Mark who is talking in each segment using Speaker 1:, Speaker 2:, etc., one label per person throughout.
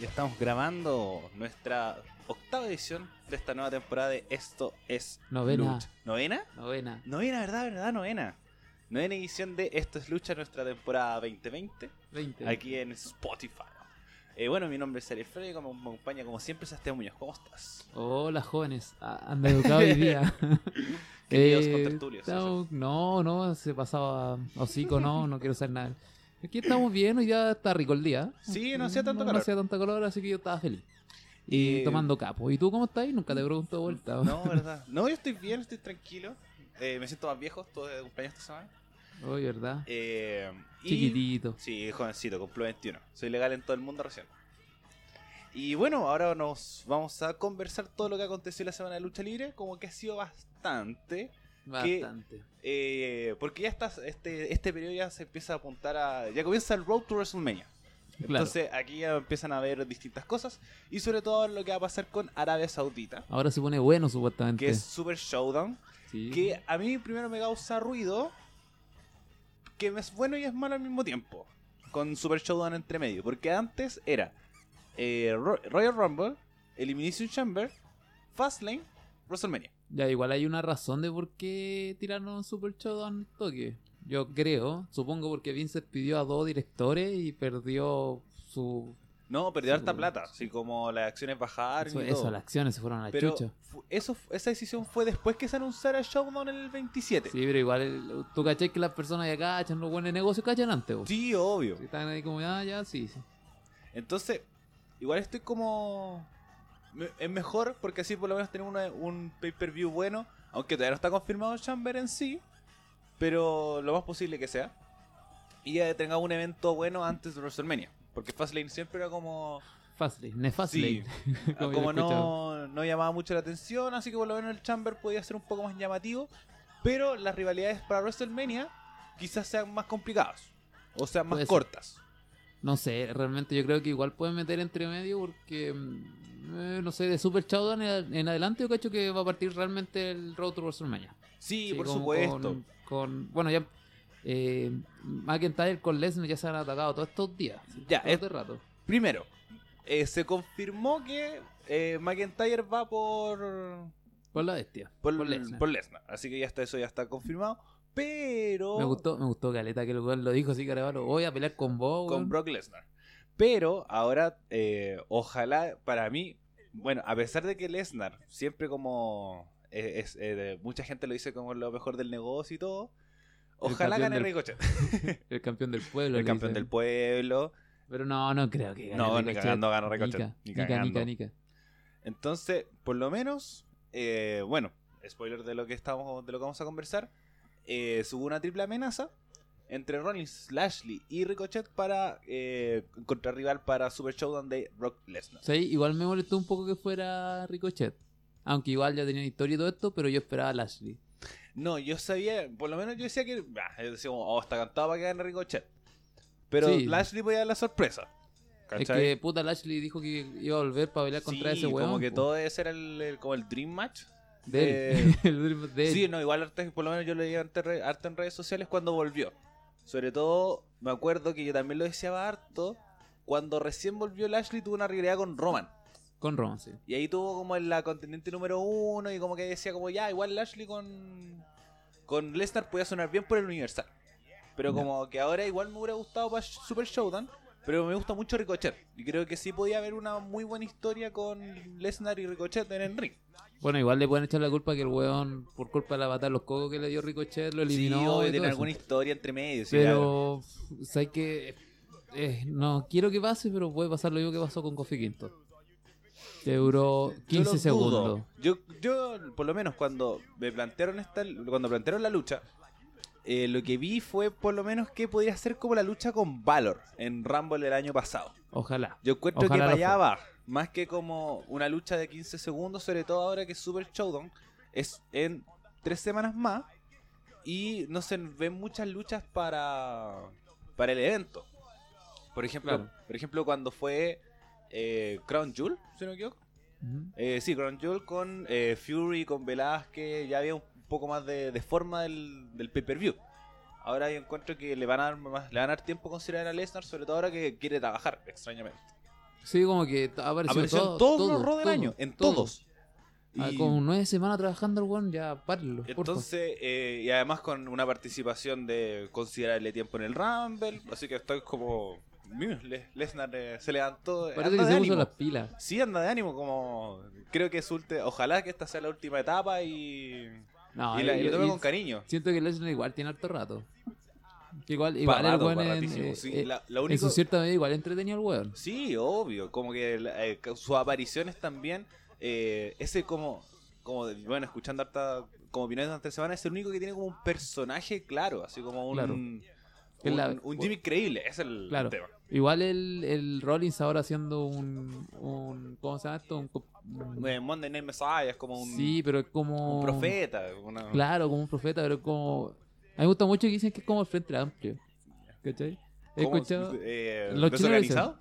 Speaker 1: estamos grabando nuestra octava edición de esta nueva temporada de Esto es
Speaker 2: Novena.
Speaker 1: Lucha. ¿Novena?
Speaker 2: Novena.
Speaker 1: Novena, ¿verdad? ¿Verdad? Novena. Novena edición de Esto es Lucha, nuestra temporada 2020,
Speaker 2: 20.
Speaker 1: aquí en Spotify. Eh, bueno, mi nombre es Ariel Freire, me me acompaña como siempre Sebastián Muñoz. ¿Cómo estás?
Speaker 2: Hola, jóvenes. Ah, Anda educado hoy día.
Speaker 1: Queridos
Speaker 2: Eh,
Speaker 1: contertulios.
Speaker 2: estamos- No, no, se pasaba hocico, no, no quiero hacer nada. Aquí estamos bien, hoy ya está rico el día.
Speaker 1: Sí, no hacía tanto
Speaker 2: No,
Speaker 1: calor.
Speaker 2: hacía tanto calor, así que yo estaba feliz. Y
Speaker 1: Eh,
Speaker 2: tomando capo. ¿Y tú cómo estás? Nunca te pregunto de vuelta.
Speaker 1: No, ¿verdad? No, yo estoy bien, estoy tranquilo. Eh, me siento más viejo, estuve de cumpleaños esta semana.
Speaker 2: Hoy, ¿verdad?
Speaker 1: Eh, y-
Speaker 2: Chiquitito.
Speaker 1: Sí, jovencito, cumplo 21. Soy legal en todo el mundo recién. Y bueno, ahora nos vamos a conversar todo lo que aconteció en la semana de lucha libre, como que ha sido bastante.
Speaker 2: Bastante.
Speaker 1: eh, porque ya está, este, este periodo ya se empieza a apuntar a... Ya comienza el Road to WrestleMania.
Speaker 2: Claro.
Speaker 1: Entonces aquí ya empiezan a ver distintas cosas y sobre todo lo que va a pasar con Arabia Saudita,
Speaker 2: Ahora se pone bueno, supuestamente.
Speaker 1: que es Super Showdown,
Speaker 2: Sí.
Speaker 1: que a mí primero me causa ruido, que es bueno y es malo al mismo tiempo, con Super Showdown entre medio, porque antes era eh, Ro- Royal Rumble, Elimination Chamber, Fastlane, WrestleMania.
Speaker 2: Ya, igual hay una razón de por qué tiraron Super Showdown al toque. Yo creo, supongo porque Vince pidió a dos directores y perdió su...
Speaker 1: No, perdió
Speaker 2: Sí,
Speaker 1: harta
Speaker 2: pues,
Speaker 1: plata,
Speaker 2: sí.
Speaker 1: así como las acciones bajaron
Speaker 2: su-
Speaker 1: y
Speaker 2: eso,
Speaker 1: todo.
Speaker 2: las acciones se fueron a la
Speaker 1: Pero
Speaker 2: chucha.
Speaker 1: fu- eso, esa decisión fue después que se anunciara Showdown en el 27. Sí,
Speaker 2: Sí, pero igual el- tú caché que las personas ya cachan, los buenos negocios cachan antes. vos.
Speaker 1: obvio.
Speaker 2: Si Están ahí como, ah, ya, sí, sí.
Speaker 1: Entonces, igual estoy como. me- Es mejor porque así por lo menos tenemos una- un pay-per-view bueno. Aunque todavía no está confirmado Chamber en sí. Pero lo más posible que sea. Y ya tengamos un evento bueno antes de WrestleMania. Porque Fastlane siempre era como.
Speaker 2: Fastlane, Nefastlane.
Speaker 1: Sí,
Speaker 2: como yo
Speaker 1: como
Speaker 2: he escuchado.
Speaker 1: no, no llamaba mucho la atención. Así que por lo menos el Chamber podía ser un poco más llamativo. Pero las rivalidades para WrestleMania quizás sean más complicadas. O sean más
Speaker 2: Puede ser.
Speaker 1: cortas.
Speaker 2: No sé, realmente yo creo que igual pueden meter entre medio porque, mm, eh, no sé, de Super Showdown en, en adelante yo cacho que va a partir realmente el Road to WrestleMania.
Speaker 1: Sí,
Speaker 2: Sí,
Speaker 1: por
Speaker 2: con-
Speaker 1: supuesto.
Speaker 2: Con, con- bueno, ya eh, McIntyre con Lesnar ya se han atacado todos estos días.
Speaker 1: Ya,
Speaker 2: todo
Speaker 1: Ah, es-
Speaker 2: este rato.
Speaker 1: Primero, eh, se confirmó que eh, McIntyre va por
Speaker 2: Por la bestia.
Speaker 1: por,
Speaker 2: por Lesnar.
Speaker 1: por Lesnar. Así que ya está, eso ya está confirmado. Pero
Speaker 2: Me gustó, me gustó Caleta que el weón lo dijo así, Carvalho. Voy a pelear con vos.
Speaker 1: con
Speaker 2: weón".
Speaker 1: Brock Lesnar. Pero ahora, eh, ojalá para mí, bueno, a pesar de que Lesnar siempre como eh, es, eh, mucha gente lo dice como lo mejor del negocio y todo.
Speaker 2: El
Speaker 1: Ojalá
Speaker 2: campeón
Speaker 1: gane
Speaker 2: del-
Speaker 1: Ricochet,
Speaker 2: El campeón del pueblo.
Speaker 1: el
Speaker 2: le
Speaker 1: campeón
Speaker 2: dicen.
Speaker 1: del pueblo.
Speaker 2: Pero no, no creo que gane.
Speaker 1: No, ni
Speaker 2: Ricochet.
Speaker 1: cagando gana Ricochet,
Speaker 2: Nica,
Speaker 1: ni
Speaker 2: nica,
Speaker 1: cagando.
Speaker 2: nica, nica.
Speaker 1: Entonces, por lo menos, eh, bueno, spoiler de lo que estamos, de lo que vamos a conversar, eh, hubo una triple amenaza entre Rollins, Lashley y Ricochet para eh, contra rival para Super Showdown de Brock Lesnar.
Speaker 2: Sí, igual me molestó un poco que fuera Ricochet. Aunque igual ya tenía historia y todo esto, pero yo esperaba a Lashley.
Speaker 1: No, yo sabía, por lo menos yo decía que, bah, yo decía, como, oh, está cantado para que gane Ricochet. Pero
Speaker 2: Sí.
Speaker 1: Lashley podía dar la sorpresa.
Speaker 2: Es
Speaker 1: ¿cachai?
Speaker 2: que puta Lashley dijo que iba a volver para pelear contra
Speaker 1: Sí,
Speaker 2: ese weón.
Speaker 1: como que
Speaker 2: po.
Speaker 1: todo debe ser el, el- como el Dream Match.
Speaker 2: De
Speaker 1: de-
Speaker 2: él. El dream de él.
Speaker 1: este- Sí, no, igual antes, por lo menos yo leí arte, re- harto en redes sociales cuando volvió. Sobre todo, me acuerdo que yo también lo deseaba harto. Cuando recién volvió Lashley tuvo una rivalidad con Roman.
Speaker 2: Con Roman, sí.
Speaker 1: Y ahí tuvo como en la contendiente número uno y como que decía como ya, igual Lashley con, con Lesnar podía sonar bien por el Universal. Pero
Speaker 2: Ya.
Speaker 1: como que ahora igual me hubiera gustado para Super Showdown. Pero me gusta mucho Ricochet. Y creo que sí podía haber una muy buena historia con Lesnar y Ricochet en el ring.
Speaker 2: Bueno, igual le pueden echar la culpa que el weón, por culpa de la patada de los cocos que le dio Ricochet, lo
Speaker 1: Sí,
Speaker 2: eliminó.
Speaker 1: obvio,
Speaker 2: y todo
Speaker 1: tiene
Speaker 2: eso.
Speaker 1: alguna historia entre medio. sí, claro.
Speaker 2: pero, ¿sabes qué? Eh, no quiero que pase, pero puede pasar lo mismo que pasó con Kofi Kingston. Que duró
Speaker 1: Yo
Speaker 2: 15
Speaker 1: lo
Speaker 2: segundos.
Speaker 1: dudo. Yo, yo, por lo menos, cuando me plantearon esta, cuando plantearon la lucha, eh, lo que vi fue por lo menos que podría ser como la lucha con Valor en Rumble el año pasado.
Speaker 2: Ojalá.
Speaker 1: Yo encuentro
Speaker 2: Ojalá
Speaker 1: que
Speaker 2: lo
Speaker 1: para allá
Speaker 2: fue.
Speaker 1: va, más que como una lucha de 15 segundos, sobre todo ahora que Super Showdown es en tres semanas más y no se ven muchas luchas para, para el evento. Por ejemplo,
Speaker 2: Claro.
Speaker 1: por ejemplo cuando fue eh, Crown Jewel, si no me equivoco.
Speaker 2: Ujú.
Speaker 1: Eh, sí, Crown Jewel con eh, Fury, con Velázquez, ya había un poco más de, de forma del, del pay-per-view. Ahora yo encuentro que le van a dar más, le van a dar tiempo a considerar a Lesnar, sobre todo ahora que quiere trabajar, extrañamente.
Speaker 2: Sí, como que t- apareció,
Speaker 1: Apareció
Speaker 2: todo,
Speaker 1: en todos los
Speaker 2: todo,
Speaker 1: Raw del
Speaker 2: todo,
Speaker 1: año, en
Speaker 2: todo.
Speaker 1: todos.
Speaker 2: Ah,
Speaker 1: Y
Speaker 2: Con nueve semanas trabajando el weón, ya párenlo. porfa.
Speaker 1: entonces, eh, y además con una participación de considerable tiempo en el Rumble, así que estoy como... Miu, Le- Lesnar eh, se levantó. anda
Speaker 2: Parece que
Speaker 1: de
Speaker 2: se puso
Speaker 1: ánimo.
Speaker 2: las pilas.
Speaker 1: Sí, anda de ánimo, como... Creo que es ulti- Ojalá que esta sea la última etapa y...
Speaker 2: No,
Speaker 1: y la, y
Speaker 2: yo-
Speaker 1: lo tome
Speaker 2: y
Speaker 1: con cariño.
Speaker 2: Siento que Lesnar igual tiene harto rato. Igual, igual
Speaker 1: Para rato,
Speaker 2: el weón
Speaker 1: para
Speaker 2: en-
Speaker 1: ratísimo.
Speaker 2: eh,
Speaker 1: sí,
Speaker 2: eh,
Speaker 1: la, la
Speaker 2: en
Speaker 1: única-
Speaker 2: su cierta medida igual entretenido el weón.
Speaker 1: Sí, obvio. Como que la- eh, ca- sus apariciones también. eh, ese como. Como, de- bueno, escuchando harta. Como opiniones durante la semana, es el único que tiene como un personaje claro. Así como un.
Speaker 2: Claro.
Speaker 1: Un,
Speaker 2: Es la-
Speaker 1: un gimmick creíble. Ese es el
Speaker 2: Claro.
Speaker 1: tema.
Speaker 2: Igual el, el Rollins ahora haciendo un, un. ¿Cómo se llama esto? Un, co- un-
Speaker 1: Eh, Monday Night Messiah es como un.
Speaker 2: sí, pero es como.
Speaker 1: un profeta. una-
Speaker 2: Claro, como un profeta, pero es como. A mí me gusta mucho que dicen que es como el Frente Amplio. ¿Cachai? He
Speaker 1: como,
Speaker 2: escuchado.
Speaker 1: eh,
Speaker 2: los chinos
Speaker 1: desorganizado.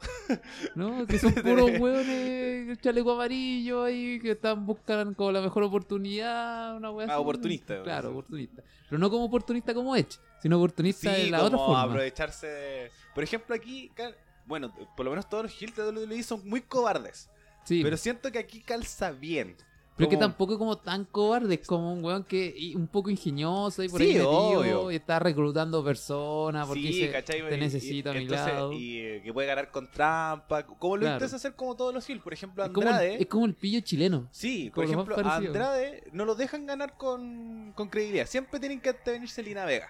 Speaker 2: No, que son puros hueones, el chaleco amarillo ahí, que están buscando como la mejor oportunidad, una hueá
Speaker 1: Ah,
Speaker 2: así.
Speaker 1: oportunista,
Speaker 2: Claro,
Speaker 1: sí.
Speaker 2: oportunista. Pero no como oportunista como Edge, sino oportunista de
Speaker 1: Sí,
Speaker 2: la
Speaker 1: como
Speaker 2: otra forma.
Speaker 1: aprovecharse. de- Por ejemplo, aquí. cal- Bueno, por lo menos todos los Hills de WWE son muy cobardes.
Speaker 2: Sí,
Speaker 1: Pero
Speaker 2: pero,
Speaker 1: siento que aquí calza bien.
Speaker 2: que
Speaker 1: Como-
Speaker 2: tampoco como tan cobarde, es como un hueón que y un poco ingenioso y por
Speaker 1: Sí,
Speaker 2: ahí metido,
Speaker 1: obvio.
Speaker 2: y está reclutando personas Ah, porque
Speaker 1: Sí,
Speaker 2: dice,
Speaker 1: ¿cachai?
Speaker 2: te
Speaker 1: Y-
Speaker 2: necesito
Speaker 1: y,
Speaker 2: a mi
Speaker 1: entonces-
Speaker 2: lado.
Speaker 1: Y eh, que puede ganar con trampa. Como lo
Speaker 2: Claro.
Speaker 1: intenta hacer como todos los Hills. Por ejemplo,
Speaker 2: es, como el,
Speaker 1: Andrade.
Speaker 2: es como el pillo chileno.
Speaker 1: Sí, por
Speaker 2: como lo más
Speaker 1: ejemplo, a
Speaker 2: parecido.
Speaker 1: Andrade no lo dejan ganar con, con credibilidad. Siempre tienen que venirse Lina Vega.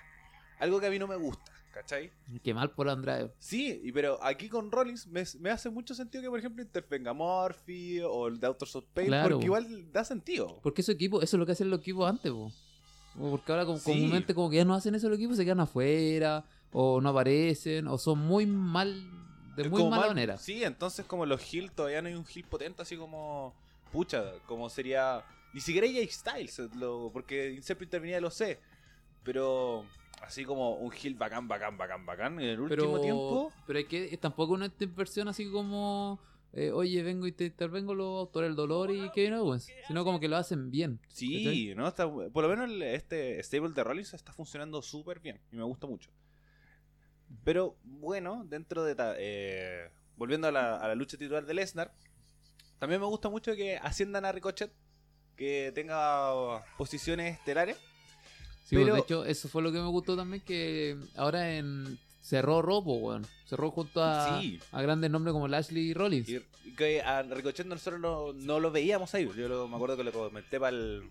Speaker 1: Algo que a mí no me gusta, ¿cachai?
Speaker 2: Qué mal por Andrade.
Speaker 1: Sí, y- pero aquí con Rollins me, me hace mucho sentido que, por ejemplo, intervenga Murphy o el Doctor of Pain,
Speaker 2: Claro.
Speaker 1: porque igual da sentido.
Speaker 2: Porque esos equipos, eso es lo que hacían los equipos antes, po. O Porque ahora como,
Speaker 1: Sí.
Speaker 2: comúnmente como que ya no hacen eso los equipos, se quedan afuera, o no aparecen, o son muy mal, de
Speaker 1: Es
Speaker 2: muy
Speaker 1: como
Speaker 2: mala
Speaker 1: mal-
Speaker 2: manera.
Speaker 1: Sí, entonces como los Hill todavía no hay un Hill potente así como pucha, como sería ni siquiera AJ Styles, lo- porque Inception intervenía lo sé, pero así como un Hill bacán, bacán, bacán, bacán en el
Speaker 2: Pero,
Speaker 1: último tiempo.
Speaker 2: pero es que tampoco una versión así como, eh, oye, vengo y te intervengo los autores del dolor y Kevin Owens, sino como que lo hacen bien.
Speaker 1: Sí, no está, por lo menos el- este stable de Rollins está funcionando súper bien y me gusta mucho. Pero bueno, dentro de ta- eh, volviendo a la, a la lucha titular de Lesnar, también me gusta mucho que asciendan a Ricochet, que tenga posiciones estelares.
Speaker 2: Sí, pues,
Speaker 1: Pero-
Speaker 2: de hecho, eso fue lo que me gustó también, que ahora en... Cerró Robo, weón. Cerró junto a,
Speaker 1: Sí.
Speaker 2: a grandes nombres como Lashley y Rollins.
Speaker 1: Y que a Ricochet nosotros no, no lo veíamos ahí. pues. Yo lo- me acuerdo que lo comenté para el,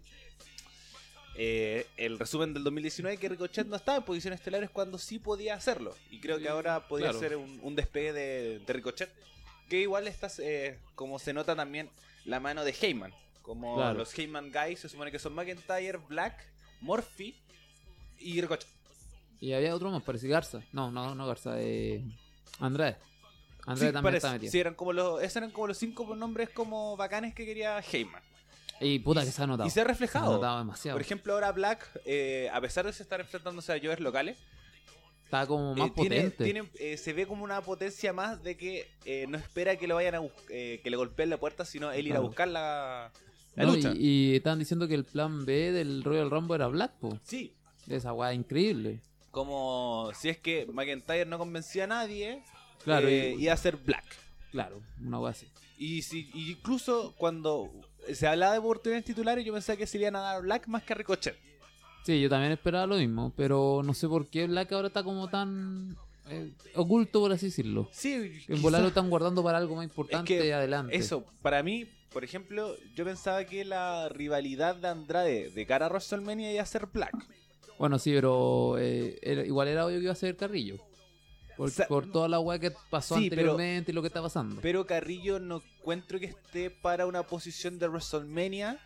Speaker 1: eh, el resumen del 2019 que Ricochet no estaba en posiciones estelares cuando sí podía hacerlo. Y creo que ahora podría
Speaker 2: Mm, claro.
Speaker 1: ser un, un despegue de, de Ricochet. Que igual estás, eh, como se nota también, la mano de Heyman. Como
Speaker 2: Claro.
Speaker 1: los Heyman Guys se supone que son McIntyre, Black, Murphy y Ricochet.
Speaker 2: Y había otro más, parece Garza. No, no, no Garza, eh, Andrade. Andrade
Speaker 1: Sí,
Speaker 2: también
Speaker 1: parece.
Speaker 2: está metido.
Speaker 1: Sí, eran como los, esos eran como los cinco nombres como bacanes que quería Heyman.
Speaker 2: Y puta que se ha notado.
Speaker 1: Y se ha
Speaker 2: Se ha
Speaker 1: reflejado.
Speaker 2: notado demasiado.
Speaker 1: Por ejemplo, ahora Black, eh, a pesar de se estar enfrentándose a Jovers locales,
Speaker 2: está como
Speaker 1: eh,
Speaker 2: más
Speaker 1: tiene-
Speaker 2: potente.
Speaker 1: tiene, eh, se ve como una potencia más de que eh, no espera que lo vayan a bus- eh, que le golpeen la puerta, sino él ir a
Speaker 2: Claro.
Speaker 1: buscar la, la
Speaker 2: No,
Speaker 1: lucha.
Speaker 2: Y, y estaban diciendo que el plan B del Royal Rumble era Black, po.
Speaker 1: Sí,
Speaker 2: Esa weá increíble.
Speaker 1: como si es que McIntyre no convencía a nadie,
Speaker 2: Claro,
Speaker 1: eh,
Speaker 2: y-
Speaker 1: iba a ser Black.
Speaker 2: Claro, una weá así.
Speaker 1: Y si y incluso cuando se hablaba de oportunidades titulares, yo pensaba que se le iban a dar a Black más que a Ricochet.
Speaker 2: Sí, yo también esperaba lo mismo, pero no sé por qué Black ahora está como tan eh, oculto, por así decirlo.
Speaker 1: Sí,
Speaker 2: En volar lo
Speaker 1: quizás-
Speaker 2: están guardando para algo más importante
Speaker 1: Es que
Speaker 2: adelante.
Speaker 1: Eso, para mí, por ejemplo, yo pensaba que la rivalidad de Andrade de cara a WrestleMania iba a ser Black.
Speaker 2: Bueno, sí, pero eh, era- igual era obvio que iba a ser Carrillo. Por,
Speaker 1: O sea,
Speaker 2: por toda la weá que pasó
Speaker 1: sí, pero-
Speaker 2: anteriormente y lo que está pasando.
Speaker 1: Pero Carrillo no encuentro que esté para una posición de WrestleMania,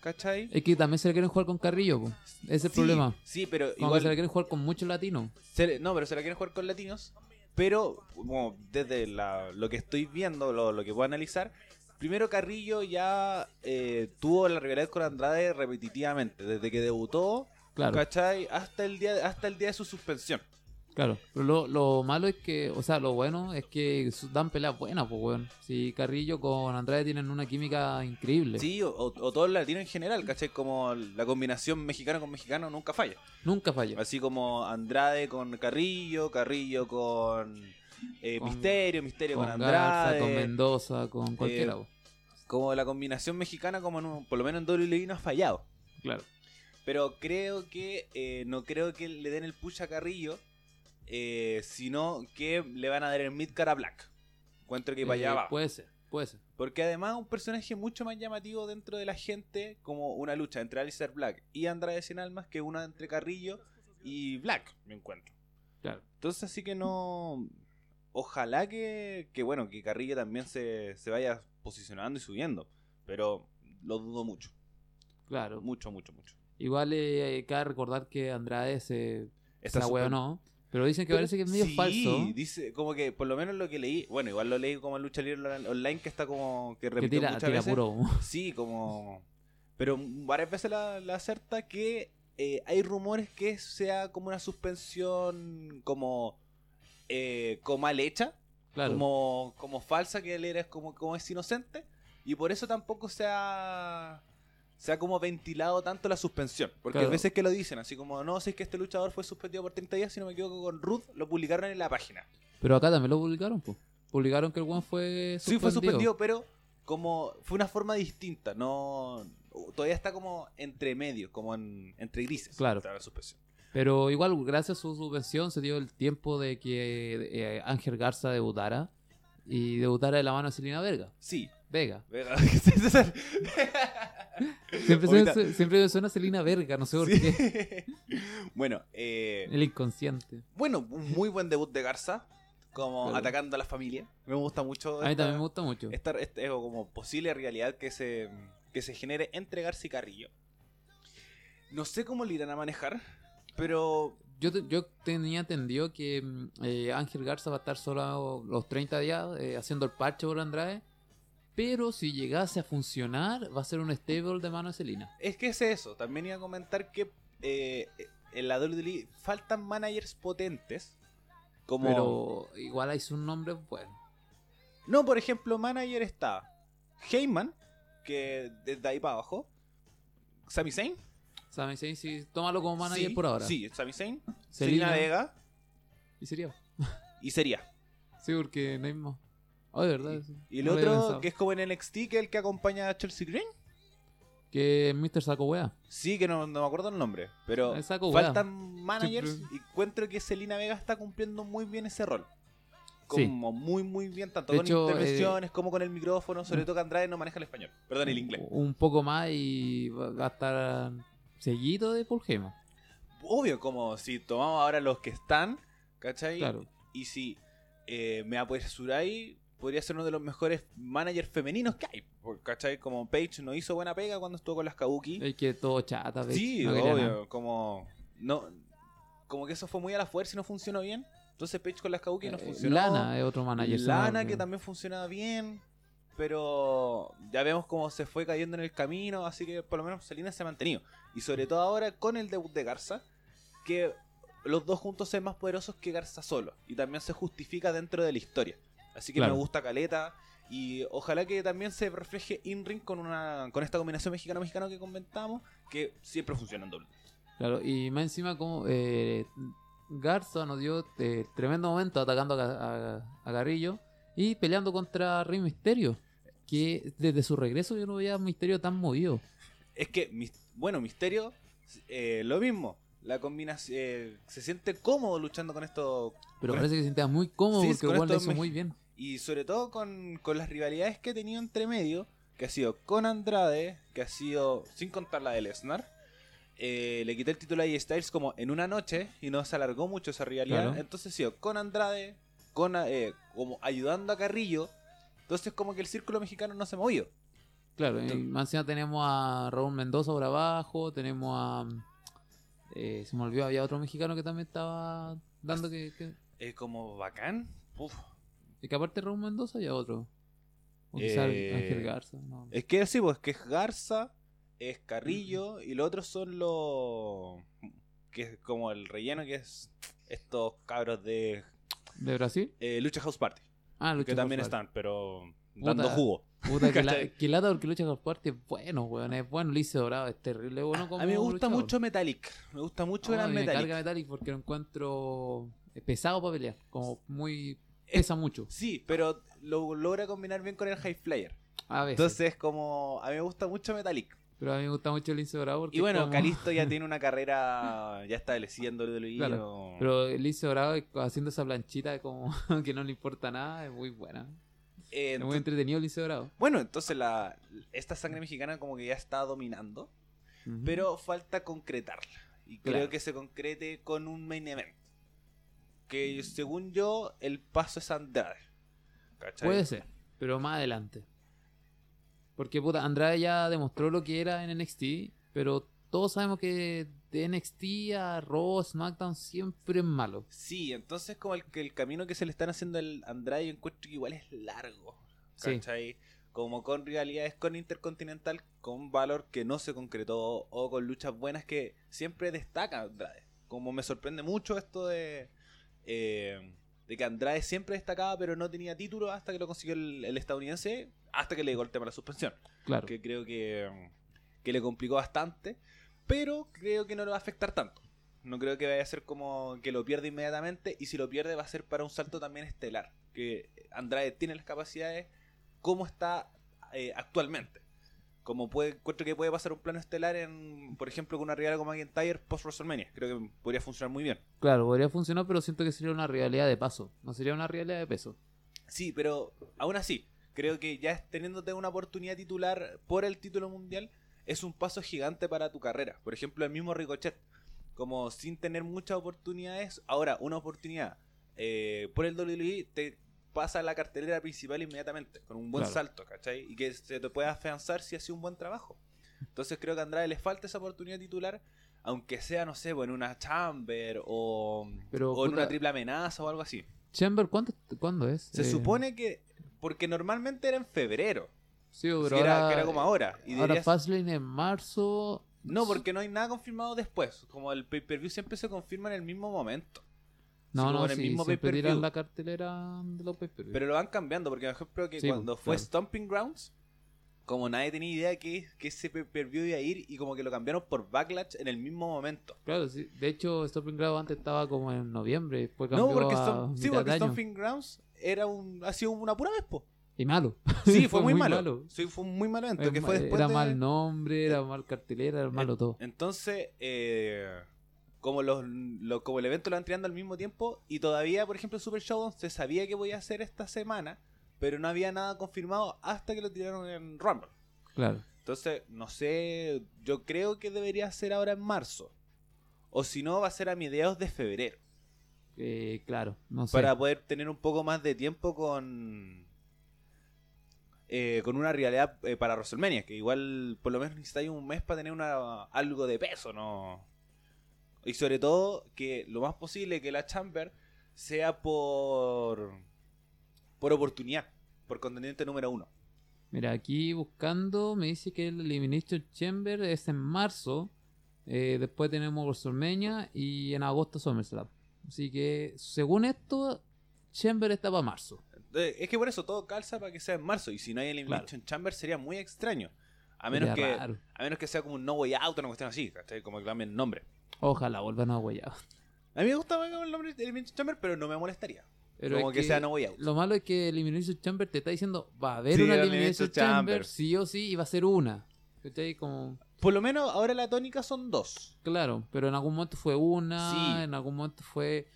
Speaker 1: ¿cachai?
Speaker 2: es que también se le quieren jugar con Carrillo, po. Ese es el
Speaker 1: Sí,
Speaker 2: problema.
Speaker 1: Sí, pero
Speaker 2: Como
Speaker 1: igual.
Speaker 2: que se le quieren jugar con muchos latinos.
Speaker 1: se le- no, pero se la quieren jugar con latinos. Pero, como desde la- lo que estoy viendo, lo, lo que puedo analizar, primero Carrillo ya eh, tuvo la rivalidad con Andrade repetitivamente, desde que debutó,
Speaker 2: Claro,
Speaker 1: ¿cachai? Hasta el día, hasta el día de su suspensión.
Speaker 2: claro. Pero lo, lo malo es que, o sea, lo bueno es que su- dan peleas buenas, pues, weón. Si Carrillo con Andrade tienen una química increíble.
Speaker 1: Sí, o, o- o todo el latino en general, ¿cachai? Como la combinación mexicano con mexicano nunca falla.
Speaker 2: Nunca falla.
Speaker 1: Así como Andrade con Carrillo, Carrillo con eh,
Speaker 2: Con-
Speaker 1: Misterio, Misterio con,
Speaker 2: con Garza,
Speaker 1: Andrade. eh,
Speaker 2: con Mendoza, con cualquiera. pues. po.
Speaker 1: como la combinación mexicana, como en un- por lo menos en WWE no ha fallado.
Speaker 2: Claro.
Speaker 1: Pero creo que eh, no creo que le den el push a Carrillo, eh, sino que le van a dar el midcar a Black. Encuentro que para allá
Speaker 2: Eh,
Speaker 1: va.
Speaker 2: Puede ser, puede ser.
Speaker 1: Porque además un personaje mucho más llamativo dentro de la gente, como una lucha entre Alistair Black y Andrade Sin Almas, que una entre Carrillo y Black, me encuentro.
Speaker 2: Claro.
Speaker 1: Entonces así que no... Ojalá que, que bueno, que Carrillo también se, se vaya posicionando y subiendo. Pero lo dudo mucho.
Speaker 2: Claro.
Speaker 1: Mucho, mucho, mucho.
Speaker 2: Igual eh, eh, cabe recordar que Andrade se,
Speaker 1: Está
Speaker 2: se la
Speaker 1: súper-
Speaker 2: no. Pero dicen que
Speaker 1: Pero-
Speaker 2: parece que es medio
Speaker 1: sí,
Speaker 2: falso.
Speaker 1: dice, como que por lo menos lo que leí, bueno, igual lo leí como en Lucha Libre Online, que está como, que
Speaker 2: Que
Speaker 1: repitió
Speaker 2: tira,
Speaker 1: muchas
Speaker 2: tira
Speaker 1: veces.
Speaker 2: puro humo.
Speaker 1: Sí, como. Pero varias veces la, la acerta que eh, hay rumores que sea como una suspensión como. eh, como mal hecha,
Speaker 2: Claro.
Speaker 1: como, como falsa, que él era como, como es inocente, y por eso tampoco se ha. Se ha como ventilado tanto la suspensión. Porque
Speaker 2: Claro.
Speaker 1: a veces que lo dicen, así como, no, si es que este luchador fue suspendido por 30 días, si no me equivoco, con Ruth, lo publicaron en la página.
Speaker 2: Pero acá también lo publicaron, pues. Publicaron que el one fue
Speaker 1: Sí, fue suspendido, pero como fue una forma distinta, no todavía está como entre medios, como en- entre grises.
Speaker 2: Claro.
Speaker 1: está la suspensión.
Speaker 2: Pero igual, gracias a su subvención, se dio el tiempo de que eh, Ángel Garza debutara. Y debutara de la mano de Selena Verga.
Speaker 1: Sí.
Speaker 2: Vega.
Speaker 1: Vega, ¿qué es eso?
Speaker 2: Siempre,
Speaker 1: Ahorita-
Speaker 2: suena- siempre me suena Selena Verga, no sé por qué.
Speaker 1: Sí. bueno, eh,
Speaker 2: El inconsciente.
Speaker 1: bueno, un muy buen debut de Garza, como
Speaker 2: Claro.
Speaker 1: atacando a la familia. Me gusta mucho.
Speaker 2: A mí
Speaker 1: esta-
Speaker 2: también me gusta mucho.
Speaker 1: esta, este- como posible realidad que se, que se genere entre Garza y Carrillo. No sé cómo lo irán a manejar, pero
Speaker 2: Yo, te- yo tenía entendido que mm, eh, Ángel Garza va a estar solo los 30 días eh, haciendo el parche por Andrade. Pero si llegase a funcionar, va a ser un stable de mano de Selena.
Speaker 1: Es que es eso. También iba a comentar que eh, en la WWE faltan managers potentes. Como.
Speaker 2: Pero igual hay sus nombres buenos.
Speaker 1: No, por ejemplo, manager está Heyman, que desde ahí para abajo. Sami Zayn.
Speaker 2: Sami Zayn, sí, tómalo como manager
Speaker 1: sí,
Speaker 2: por ahora.
Speaker 1: Sí, Sami Zayn.
Speaker 2: Selena,
Speaker 1: Selena Vega.
Speaker 2: Y sería.
Speaker 1: Y sería.
Speaker 2: Sí, porque no hay más. Ah, de verdad. sí.
Speaker 1: Y el
Speaker 2: No lo había
Speaker 1: otro,
Speaker 2: pensado.
Speaker 1: que es como en NXT, que es el que acompaña a Chelsea Green.
Speaker 2: Que Mr. Saco Wea.
Speaker 1: Sí, que no, no me acuerdo el nombre. Pero
Speaker 2: Es saco wea.
Speaker 1: faltan managers.
Speaker 2: Siempre.
Speaker 1: Y encuentro que Selena Vega está cumpliendo muy bien ese rol.
Speaker 2: Sí.
Speaker 1: Como muy, muy bien, tanto
Speaker 2: De
Speaker 1: con
Speaker 2: hecho, eh, mm.
Speaker 1: intervenciones como con el micrófono. Sobre todo que Andrade no maneja el español. Perdón, el inglés.
Speaker 2: Un poco más y va va a estar seguido de Paul Heyman.
Speaker 1: Obvio, como si tomamos ahora los que están, ¿cachai?
Speaker 2: Claro.
Speaker 1: Y si eh, me apresuráis, podría ser uno de los mejores managers femeninos que hay. porque, ¿cachai? Como Paige no hizo buena pega cuando estuvo con las Kabuki.
Speaker 2: Es que todo chata. ve,
Speaker 1: Sí,
Speaker 2: no quería nada.
Speaker 1: obvio, como no como que eso fue muy a la fuerza y no funcionó bien. Entonces Page con las Kabuki no
Speaker 2: Eh,
Speaker 1: funcionó.
Speaker 2: Lana es otro manager. se me
Speaker 1: Lana
Speaker 2: olvidó.
Speaker 1: que también funcionaba bien, pero ya vemos cómo se fue cayendo en el camino, así que por lo menos Selena se ha mantenido y sobre todo ahora con el debut de Garza que los dos juntos son más poderosos que Garza solo y también se justifica dentro de la historia. Así que
Speaker 2: Claro.
Speaker 1: me gusta Caleta y ojalá que también se refleje in ring con una con esta combinación mexicano mexicano que comentamos que siempre funciona en doble.
Speaker 2: Claro, y más encima como eh, Garza nos dio eh, tremendo momento atacando a, Ga- a- a Garrillo y peleando contra Rey Misterio. Que desde su regreso yo no veía a Misterio tan movido.
Speaker 1: Es que, mis- bueno, Misterio, eh, lo mismo. La combinación. se siente cómodo luchando con esto.
Speaker 2: Pero
Speaker 1: Con-
Speaker 2: parece que se sentía muy cómodo
Speaker 1: Sí,
Speaker 2: porque
Speaker 1: con
Speaker 2: igual lo
Speaker 1: estos
Speaker 2: hizo
Speaker 1: mex-
Speaker 2: muy bien.
Speaker 1: Y sobre todo con, con las rivalidades que he tenido entre medio. Que ha sido con Andrade, que ha sido. Sin contar la de Lesnar. eh, le quité el título a AJ Styles como en una noche. Y no se alargó mucho esa rivalidad.
Speaker 2: Claro.
Speaker 1: Entonces ha sido con Andrade. Con, eh, como ayudando a Carrillo. Entonces, como que el círculo mexicano no se movió.
Speaker 2: Claro, y
Speaker 1: Entonces-
Speaker 2: más encima tenemos a Raúl Mendoza por abajo, tenemos a... eh, se me olvidó, había otro mexicano que también estaba dando que... que-
Speaker 1: Es como bacán. Uf.
Speaker 2: y que aparte de Raúl Mendoza había otro. O quizá
Speaker 1: Eh,
Speaker 2: Ángel Garza. no.
Speaker 1: Es que sí, pues que es Garza, es
Speaker 2: Mm,
Speaker 1: Carrillo y los otros son los que es como el relleno que es estos cabros de
Speaker 2: ¿De Brasil?
Speaker 1: eh, Lucha House Party,
Speaker 2: Ah, Lucha
Speaker 1: que también
Speaker 2: House Party.
Speaker 1: están, pero dando
Speaker 2: Puta.
Speaker 1: jugo.
Speaker 2: Puta, que, la-
Speaker 1: ¿Cachai?
Speaker 2: que lata porque lucha con Party es bueno, weón. Es bueno, Lice Dorado, es terrible. Bueno, como
Speaker 1: A mí me gusta
Speaker 2: luchador.
Speaker 1: mucho Metallic, me gusta mucho
Speaker 2: No, a
Speaker 1: Gran
Speaker 2: mí me
Speaker 1: Metallic.
Speaker 2: carga Metallic porque lo encuentro pesado para pelear. Como muy pesa mucho.
Speaker 1: Sí, pero lo logra combinar bien con el High Flyer.
Speaker 2: A veces.
Speaker 1: Entonces, como a mí me gusta mucho Metallic.
Speaker 2: pero a mí me gusta mucho el Lince Bravo. porque
Speaker 1: Y
Speaker 2: es
Speaker 1: bueno,
Speaker 2: como-
Speaker 1: Calisto ya tiene una carrera ya establecida en E, WWE.
Speaker 2: Claro,
Speaker 1: o-
Speaker 2: Pero el Lince Bravo haciendo esa planchita como que no le importa nada, es muy buena.
Speaker 1: Eh,
Speaker 2: Es muy
Speaker 1: entonces-
Speaker 2: entretenido el Lince Bravo.
Speaker 1: bueno, entonces la, esta sangre mexicana como que ya está dominando,
Speaker 2: Ujú.
Speaker 1: pero falta concretarla. Y creo
Speaker 2: Claro.
Speaker 1: que se concrete con un main event. Que según yo, el paso es Andrade. ¿Cachai?
Speaker 2: Puede ser, pero más adelante. Porque puta, Andrade ya demostró lo que era en NXT, pero todos sabemos que de NXT a Raw, SmackDown siempre es malo.
Speaker 1: Sí, entonces como el, que el camino que se le están haciendo al Andrade yo encuentro que igual es largo.
Speaker 2: Sí.
Speaker 1: ¿Cachai? Como con rivalidades con Intercontinental, con valor que no se concretó o con luchas buenas que siempre destaca Andrade. Como me sorprende mucho esto de, eh, de que Andrade siempre destacaba pero no tenía título hasta que lo consiguió el, el estadounidense, hasta que le llegó el tema de la suspensión
Speaker 2: Claro.
Speaker 1: que creo que, mm, que le complicó bastante, pero creo que no le va a afectar tanto. No creo que vaya a ser como que lo pierda inmediatamente y si lo pierde va a ser para un salto también estelar, que Andrade tiene las capacidades como está eh, actualmente. Como puede, encuentro que puede pasar un plano estelar en, por ejemplo, con una rival como McIntyre post WrestleMania. Creo que podría funcionar muy bien.
Speaker 2: Claro, podría funcionar, pero siento que sería una rivalidad de paso, no sería una rivalidad de peso.
Speaker 1: Sí, pero aún así, creo que ya es- teniéndote una oportunidad titular por el título mundial es un paso gigante para tu carrera. Por ejemplo, el mismo Ricochet, como sin tener muchas oportunidades, ahora una oportunidad eh, por el WWE te pasa a la cartelera principal inmediatamente, con un buen
Speaker 2: Claro.
Speaker 1: salto, ¿cachai? Y que se te pueda afianzar si hace un buen trabajo. Entonces creo que a Andrade le falta esa oportunidad titular, aunque sea, no sé, bueno, en una chamber o,
Speaker 2: Pero,
Speaker 1: o en
Speaker 2: puta,
Speaker 1: una triple amenaza o algo así.
Speaker 2: Chamber, ¿cuánto, ¿cuándo es?
Speaker 1: Se
Speaker 2: Eh,
Speaker 1: supone que. Porque normalmente era en febrero.
Speaker 2: Sí, pero
Speaker 1: si era,
Speaker 2: ahora,
Speaker 1: que era como ahora. Y
Speaker 2: ahora
Speaker 1: dirías-
Speaker 2: Fastlane en marzo.
Speaker 1: No, porque no hay nada confirmado después. Como el pay-per-view siempre se confirma en el mismo momento.
Speaker 2: No,
Speaker 1: como
Speaker 2: no,
Speaker 1: en el
Speaker 2: sí,
Speaker 1: mismo
Speaker 2: siempre
Speaker 1: pay-per-view.
Speaker 2: tiran la cartelera de los pay-per-view.
Speaker 1: Pero lo van cambiando. Porque, por ejemplo, que
Speaker 2: Sí,
Speaker 1: cuando
Speaker 2: pues,
Speaker 1: fue
Speaker 2: claro.
Speaker 1: Stomping Grounds, como nadie tenía idea de que, que ese pay-per-view iba a ir y como que lo cambiaron por Backlash en el mismo momento.
Speaker 2: Claro, sí. De hecho, Stopping Ground antes estaba como en noviembre. Después cambió
Speaker 1: No, porque,
Speaker 2: a
Speaker 1: Stomp- sí,
Speaker 2: mitad
Speaker 1: porque
Speaker 2: de año.
Speaker 1: Stomping Grounds era un, ha sido una pura vez, po.
Speaker 2: Y malo.
Speaker 1: Sí, fue, muy, malo. Sí, fue un muy malo evento.
Speaker 2: Eh,
Speaker 1: que fue después
Speaker 2: era
Speaker 1: de-
Speaker 2: mal nombre, era mal cartelera, era malo todo.
Speaker 1: Entonces, eh, como, los, lo- como el evento lo van tirando al mismo tiempo, y todavía, por ejemplo, Super Showdown se sabía que podía hacer esta semana, pero no había nada confirmado hasta que lo tiraron en Rumble.
Speaker 2: Claro.
Speaker 1: Entonces, no sé, yo creo que debería ser ahora en marzo. O si no, va a ser a mediados de febrero.
Speaker 2: Eh, claro, no sé.
Speaker 1: Para poder tener un poco más de tiempo con. eh, con una realidad eh, para WrestleMania, que igual por lo menos necesitáis un mes para tener una, algo de peso, ¿no? Y sobre todo que lo más posible que la Chamber sea por. por oportunidad, por contendiente número uno.
Speaker 2: Mira, aquí buscando me dice que el Elimination Chamber es en marzo. eh, después tenemos WrestleMania y en agosto SummerSlam. Así que, según esto, Chamber está para marzo.
Speaker 1: Eh, Es que por eso todo calza para que sea en marzo, y si no hay Elimination Chamber sería muy extraño. A menos,
Speaker 2: Sería
Speaker 1: que,
Speaker 2: raro.
Speaker 1: a menos que sea como un No Way Out, una cuestión así, ¿cachai? Como que cambien el nombre.
Speaker 2: Ojalá vuelvan a huellar.
Speaker 1: A mí me gusta el nombre de Elimination Chamber, pero no me molestaría.
Speaker 2: Pero
Speaker 1: como
Speaker 2: es
Speaker 1: que, sea No Way Out.
Speaker 2: Lo malo es que Elimination Chamber te está diciendo, va a haber
Speaker 1: Sí,
Speaker 2: una
Speaker 1: Elimination
Speaker 2: Elimination
Speaker 1: Chamber.
Speaker 2: Chamber, sí o sí, y va a ser una. ¿Cachai? Como,
Speaker 1: Por lo menos ahora la tónica son dos.
Speaker 2: claro, pero en algún momento fue una,
Speaker 1: Sí.
Speaker 2: en algún momento fue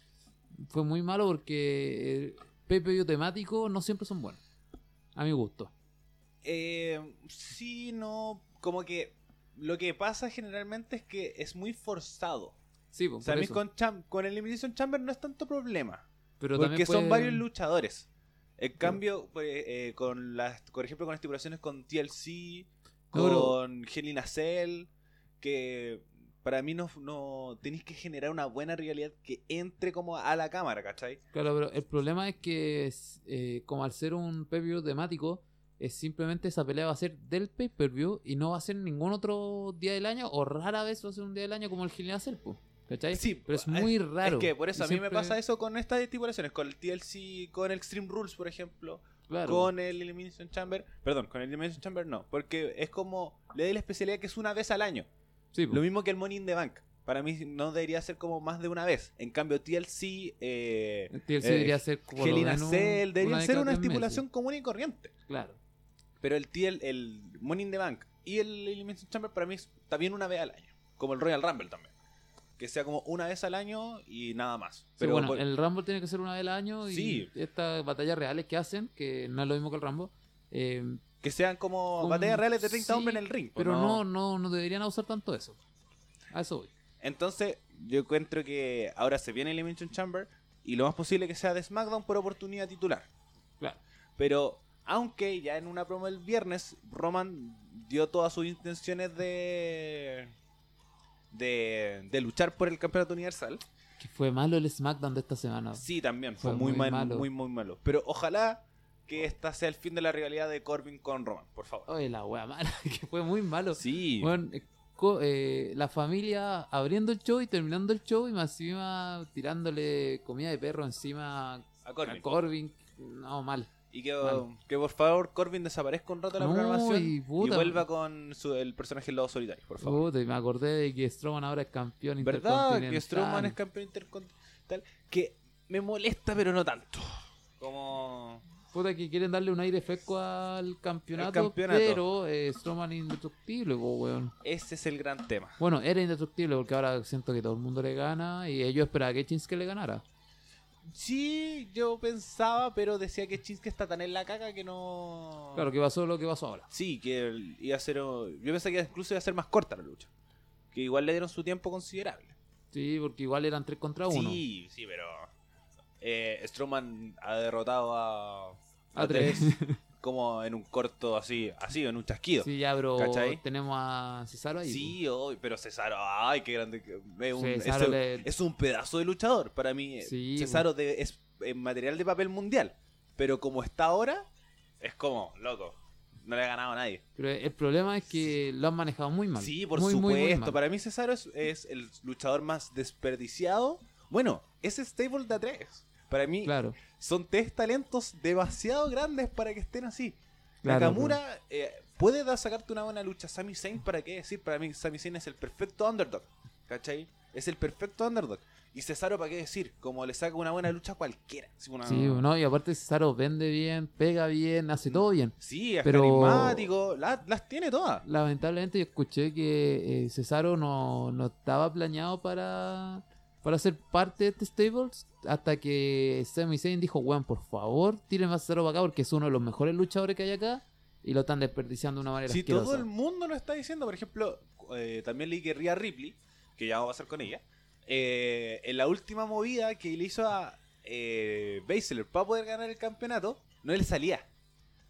Speaker 2: fue muy malo porque Pepe y temático no siempre son buenos. A mi gusto.
Speaker 1: Eh, sí, no. Como que lo que pasa generalmente es que es muy forzado.
Speaker 2: Sí, po,
Speaker 1: O sea, a
Speaker 2: por
Speaker 1: mí
Speaker 2: eso.
Speaker 1: con, Cham- con Elimination Chamber no es tanto problema.
Speaker 2: pero
Speaker 1: porque
Speaker 2: también
Speaker 1: son
Speaker 2: pueden-
Speaker 1: varios luchadores. En cambio, pues, eh, con las, por ejemplo, con estipulaciones con TLC,
Speaker 2: No, pero-
Speaker 1: con Hell in a Cell, que para mí no, no tenéis que generar una buena realidad que entre como a la cámara, ¿cachai?
Speaker 2: Claro, pero el problema es que, es, eh, como al ser un pay-per-view temático, es simplemente esa pelea va a ser del pay-per-view y no va a ser ningún otro día del año, o rara vez va a ser un día del año como el Gillian Selpo. ¿Cachai?
Speaker 1: Sí, eh,
Speaker 2: pero es muy raro.
Speaker 1: Es que por eso
Speaker 2: Y
Speaker 1: a mí me
Speaker 2: siempre-
Speaker 1: pasa eso con estas estipulaciones, con el TLC, con el Extreme Rules, por ejemplo,
Speaker 2: claro,
Speaker 1: con el Elimination Chamber. Perdón, con el Elimination Chamber no, porque es como le doy la especialidad que es una vez al año.
Speaker 2: sí, po.
Speaker 1: Lo mismo que el Money in the Bank. para mí no debería ser como más de una vez. En cambio, TLC, eh,
Speaker 2: El TLC
Speaker 1: Eh,
Speaker 2: debería ser por lo
Speaker 1: Gelina
Speaker 2: menos
Speaker 1: Cell, debería
Speaker 2: de
Speaker 1: ser
Speaker 2: cada
Speaker 1: una
Speaker 2: tres meses.
Speaker 1: estipulación común y corriente.
Speaker 2: Claro.
Speaker 1: Pero el TL, el Money in the Bank y el Elimination Chamber para mí es- está bien una vez al año. Como el Royal Rumble también. Que sea como una vez al año y nada más.
Speaker 2: Sí,
Speaker 1: Pero
Speaker 2: bueno,
Speaker 1: por-
Speaker 2: el Rumble tiene que ser una vez al año y
Speaker 1: Sí.
Speaker 2: estas batallas reales que hacen, que no es lo mismo que el Rumble, eh,
Speaker 1: que sean como
Speaker 2: con-
Speaker 1: batallas reales de 30
Speaker 2: sí,
Speaker 1: hombres en el ring. pues,
Speaker 2: pero no. No, no, deberían usar tanto eso. A eso voy.
Speaker 1: Entonces, yo encuentro que ahora se viene Elimination Chamber y lo más posible que sea de SmackDown por oportunidad titular.
Speaker 2: Claro.
Speaker 1: Pero aunque ya en una promo el viernes, Roman dio todas sus intenciones de. de, de luchar por el campeonato universal.
Speaker 2: Que fue malo el SmackDown de esta semana.
Speaker 1: Sí, también, fue,
Speaker 2: Ah. Fue
Speaker 1: muy, mal-
Speaker 2: muy malo.
Speaker 1: muy, muy malo. Pero ojalá que esta sea el fin de la rivalidad de Corbin con Roman, por favor.
Speaker 2: Oye, la wea mala, que fue muy malo.
Speaker 1: Sí,
Speaker 2: Bueno, eh, co- eh, la familia abriendo el show y terminando el show y más encima tirándole comida de perro encima
Speaker 1: a Corbin.
Speaker 2: a Corbin. No, mal.
Speaker 1: y que,
Speaker 2: mal.
Speaker 1: que por favor Corbin desaparezca un rato de la
Speaker 2: No,
Speaker 1: programación
Speaker 2: y
Speaker 1: y,
Speaker 2: puta.
Speaker 1: vuelva con su- el personaje del lado solitario, por favor.
Speaker 2: Puta, y me acordé de que Strowman ahora es campeón
Speaker 1: ¿Verdad?
Speaker 2: intercontinental.
Speaker 1: Que Strowman es campeón intercontinental. Que me molesta, pero no tanto. Como.
Speaker 2: Puta, que quieren darle un aire fresco al campeonato,
Speaker 1: campeonato.
Speaker 2: pero eh, Strowman es indestructible, po, weón.
Speaker 1: Ese es el gran tema.
Speaker 2: Bueno, era indestructible porque ahora siento que todo el mundo le gana y yo esperaba que Chins que le ganara.
Speaker 1: Ah. Sí, yo pensaba, pero decía que Chinsuke está tan en la caca que no.
Speaker 2: Claro, que pasó lo que pasó ahora.
Speaker 1: Sí, que el- iba a ser. oh, Yo pensé que incluso iba a ser más corta la lucha. Que igual le dieron su tiempo considerable.
Speaker 2: Sí, porque igual eran tres contra uno.
Speaker 1: Sí, sí, pero. eh, Strowman ha derrotado a.
Speaker 2: A Ah, tres.
Speaker 1: Como en un corto así, así, en un chasquido.
Speaker 2: Sí, ya, bro.
Speaker 1: ¿Cachai?
Speaker 2: Tenemos a Cesaro ahí. pues.
Speaker 1: Sí, obvio, pero Cesaro, ay, qué grande. que- Es un,
Speaker 2: Cesaro
Speaker 1: es un-
Speaker 2: le-
Speaker 1: es un pedazo de luchador. Para mí, eh,
Speaker 2: Sí,
Speaker 1: Cesaro de- es eh, material de papel mundial. Pero como está ahora, es como, loco, no le ha ganado a nadie.
Speaker 2: Pero el problema es que lo han manejado muy mal.
Speaker 1: Sí, por
Speaker 2: Muy, muy, muy
Speaker 1: supuesto.
Speaker 2: mal.
Speaker 1: Para mí, Cesaro es, es el luchador más desperdiciado. Bueno, es stable de A3. Para mí,
Speaker 2: Claro.
Speaker 1: son tres talentos demasiado grandes para que estén así.
Speaker 2: Claro,
Speaker 1: Nakamura eh, puede dar, sacarte una buena lucha. Sami Zayn, ¿para qué decir? Para mí, Sami Zayn es el perfecto underdog. ¿Cachai? Es el perfecto underdog. Y Cesaro, ¿para qué decir? Como le saca una buena lucha a cualquiera. así, una-
Speaker 2: Sí, no, y aparte Cesaro vende bien, pega bien,
Speaker 1: Mm.
Speaker 2: hace todo bien.
Speaker 1: Sí, es
Speaker 2: Pero-
Speaker 1: carismático. la- las tiene todas.
Speaker 2: Lamentablemente yo escuché que eh, Cesaro no, no estaba planeado para, para ser parte de este stables hasta que Sami Zayn dijo, weón, por favor, tírenme a Cesaro para acá porque es uno de los mejores luchadores que hay acá y lo están desperdiciando de una manera
Speaker 1: Si
Speaker 2: asquerosa.
Speaker 1: todo el mundo lo está diciendo, por ejemplo, eh, también leí que Rhea Ripley, que ya vamos a hacer con ella, eh, en la última movida que le hizo a eh, Baszler para poder ganar el campeonato, no le salía.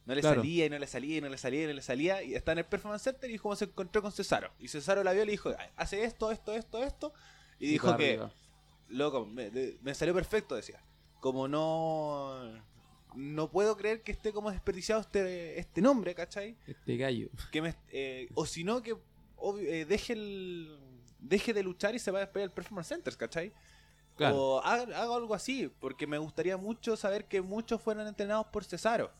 Speaker 1: No le
Speaker 2: Claro.
Speaker 1: salía y no le salía y no le salía y no le salía. Y está en el Performance Center y dijo cómo se encontró con Cesaro. Y Cesaro la vio y le dijo, hace esto, esto, esto, esto. Y, dijo
Speaker 2: para
Speaker 1: que,
Speaker 2: arriba.
Speaker 1: loco, me, de- me salió perfecto, decía. Como no... No puedo creer que esté como desperdiciado este, este nombre, ¿cachai?
Speaker 2: Este gallo.
Speaker 1: que me- eh, o si no que obvio, eh, deje el deje de luchar y se vaya a despedir al performance center ¿cachai?
Speaker 2: Claro.
Speaker 1: o haga, haga algo así porque me gustaría mucho saber que muchos fueron entrenados por Cesaro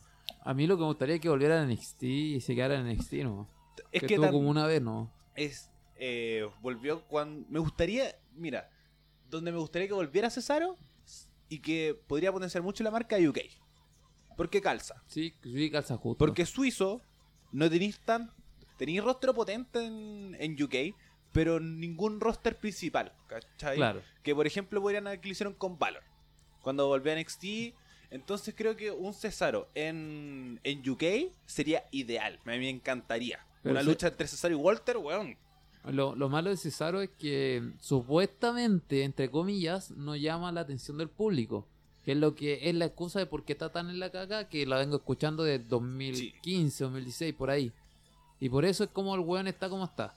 Speaker 2: A mí lo que me gustaría es que volviera a NXT y se quedara en NXT, ¿no?
Speaker 1: es que,
Speaker 2: que estuvo
Speaker 1: tam-
Speaker 2: como una vez, ¿no?
Speaker 1: es eh, volvió cuando me gustaría mira donde me gustaría que volviera Cesaro y que podría potenciar mucho la marca UK porque calza
Speaker 2: Sí, sí, calza justo.
Speaker 1: Porque suizo no tenéis tan. Tenéis roster potente en, en UK, pero ningún roster principal, ¿cachai?
Speaker 2: Claro.
Speaker 1: Que por ejemplo podrían haber que lo hicieron con Valor. Cuando volvió a NXT. Entonces creo que un Cesaro en, en UK sería ideal. Me, me encantaría.
Speaker 2: Pero
Speaker 1: Una
Speaker 2: se-
Speaker 1: lucha entre Cesaro y Walter, weón.
Speaker 2: Lo, lo malo de Cesaro es que supuestamente, entre comillas, no llama la atención del público. Que es lo que es la excusa de por qué está tan en la caca que la vengo escuchando de 2015, 2016, por ahí. Y por eso es como el weón está como está.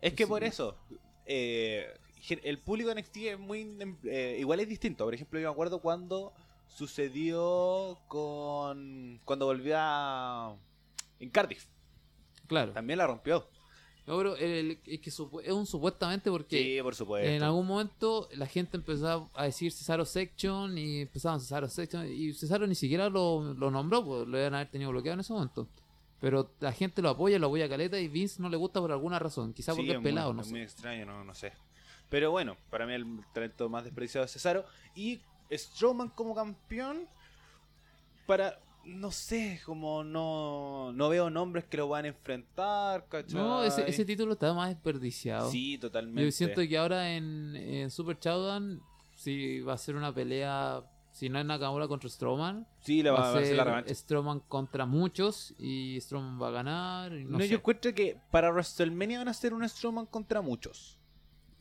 Speaker 1: Es que
Speaker 2: Sí.
Speaker 1: por eso, eh, gen- el público de NXT es muy. eh, igual es distinto. Por ejemplo, yo me acuerdo cuando sucedió con. Cuando volvió a. En Cardiff.
Speaker 2: Claro.
Speaker 1: También la rompió.
Speaker 2: No, pero el- es que supu- es un supuestamente porque
Speaker 1: Sí, por supuesto.
Speaker 2: En algún momento la gente empezaba a decir Cesaro Section y empezaban Cesaro Section y Cesaro ni siquiera lo, lo nombró, pues lo iban a haber tenido bloqueado en ese momento. Pero la gente lo apoya, lo apoya a Caleta y Vince no le gusta por alguna razón, quizá
Speaker 1: Sí,
Speaker 2: porque es
Speaker 1: muy-
Speaker 2: pelado, no
Speaker 1: es muy
Speaker 2: sé.
Speaker 1: extraño, no, no sé. Pero bueno, para mí el talento más despreciado es Cesaro. Y Strowman como campeón, para. No sé, como no, no veo nombres que lo van a enfrentar, ¿cachai?
Speaker 2: No, ese, ese título está más desperdiciado.
Speaker 1: Sí, totalmente.
Speaker 2: Yo siento que ahora en, en Super Showdown, si va a ser una pelea, si no es Nakamura contra Strowman,
Speaker 1: Sí, la
Speaker 2: va,
Speaker 1: va a
Speaker 2: a
Speaker 1: hacer
Speaker 2: ser
Speaker 1: la revancha.
Speaker 2: Strowman contra muchos y Strowman va a ganar. y
Speaker 1: No,
Speaker 2: No, sé.
Speaker 1: yo encuentro que para WrestleMania van a ser un Strowman contra muchos.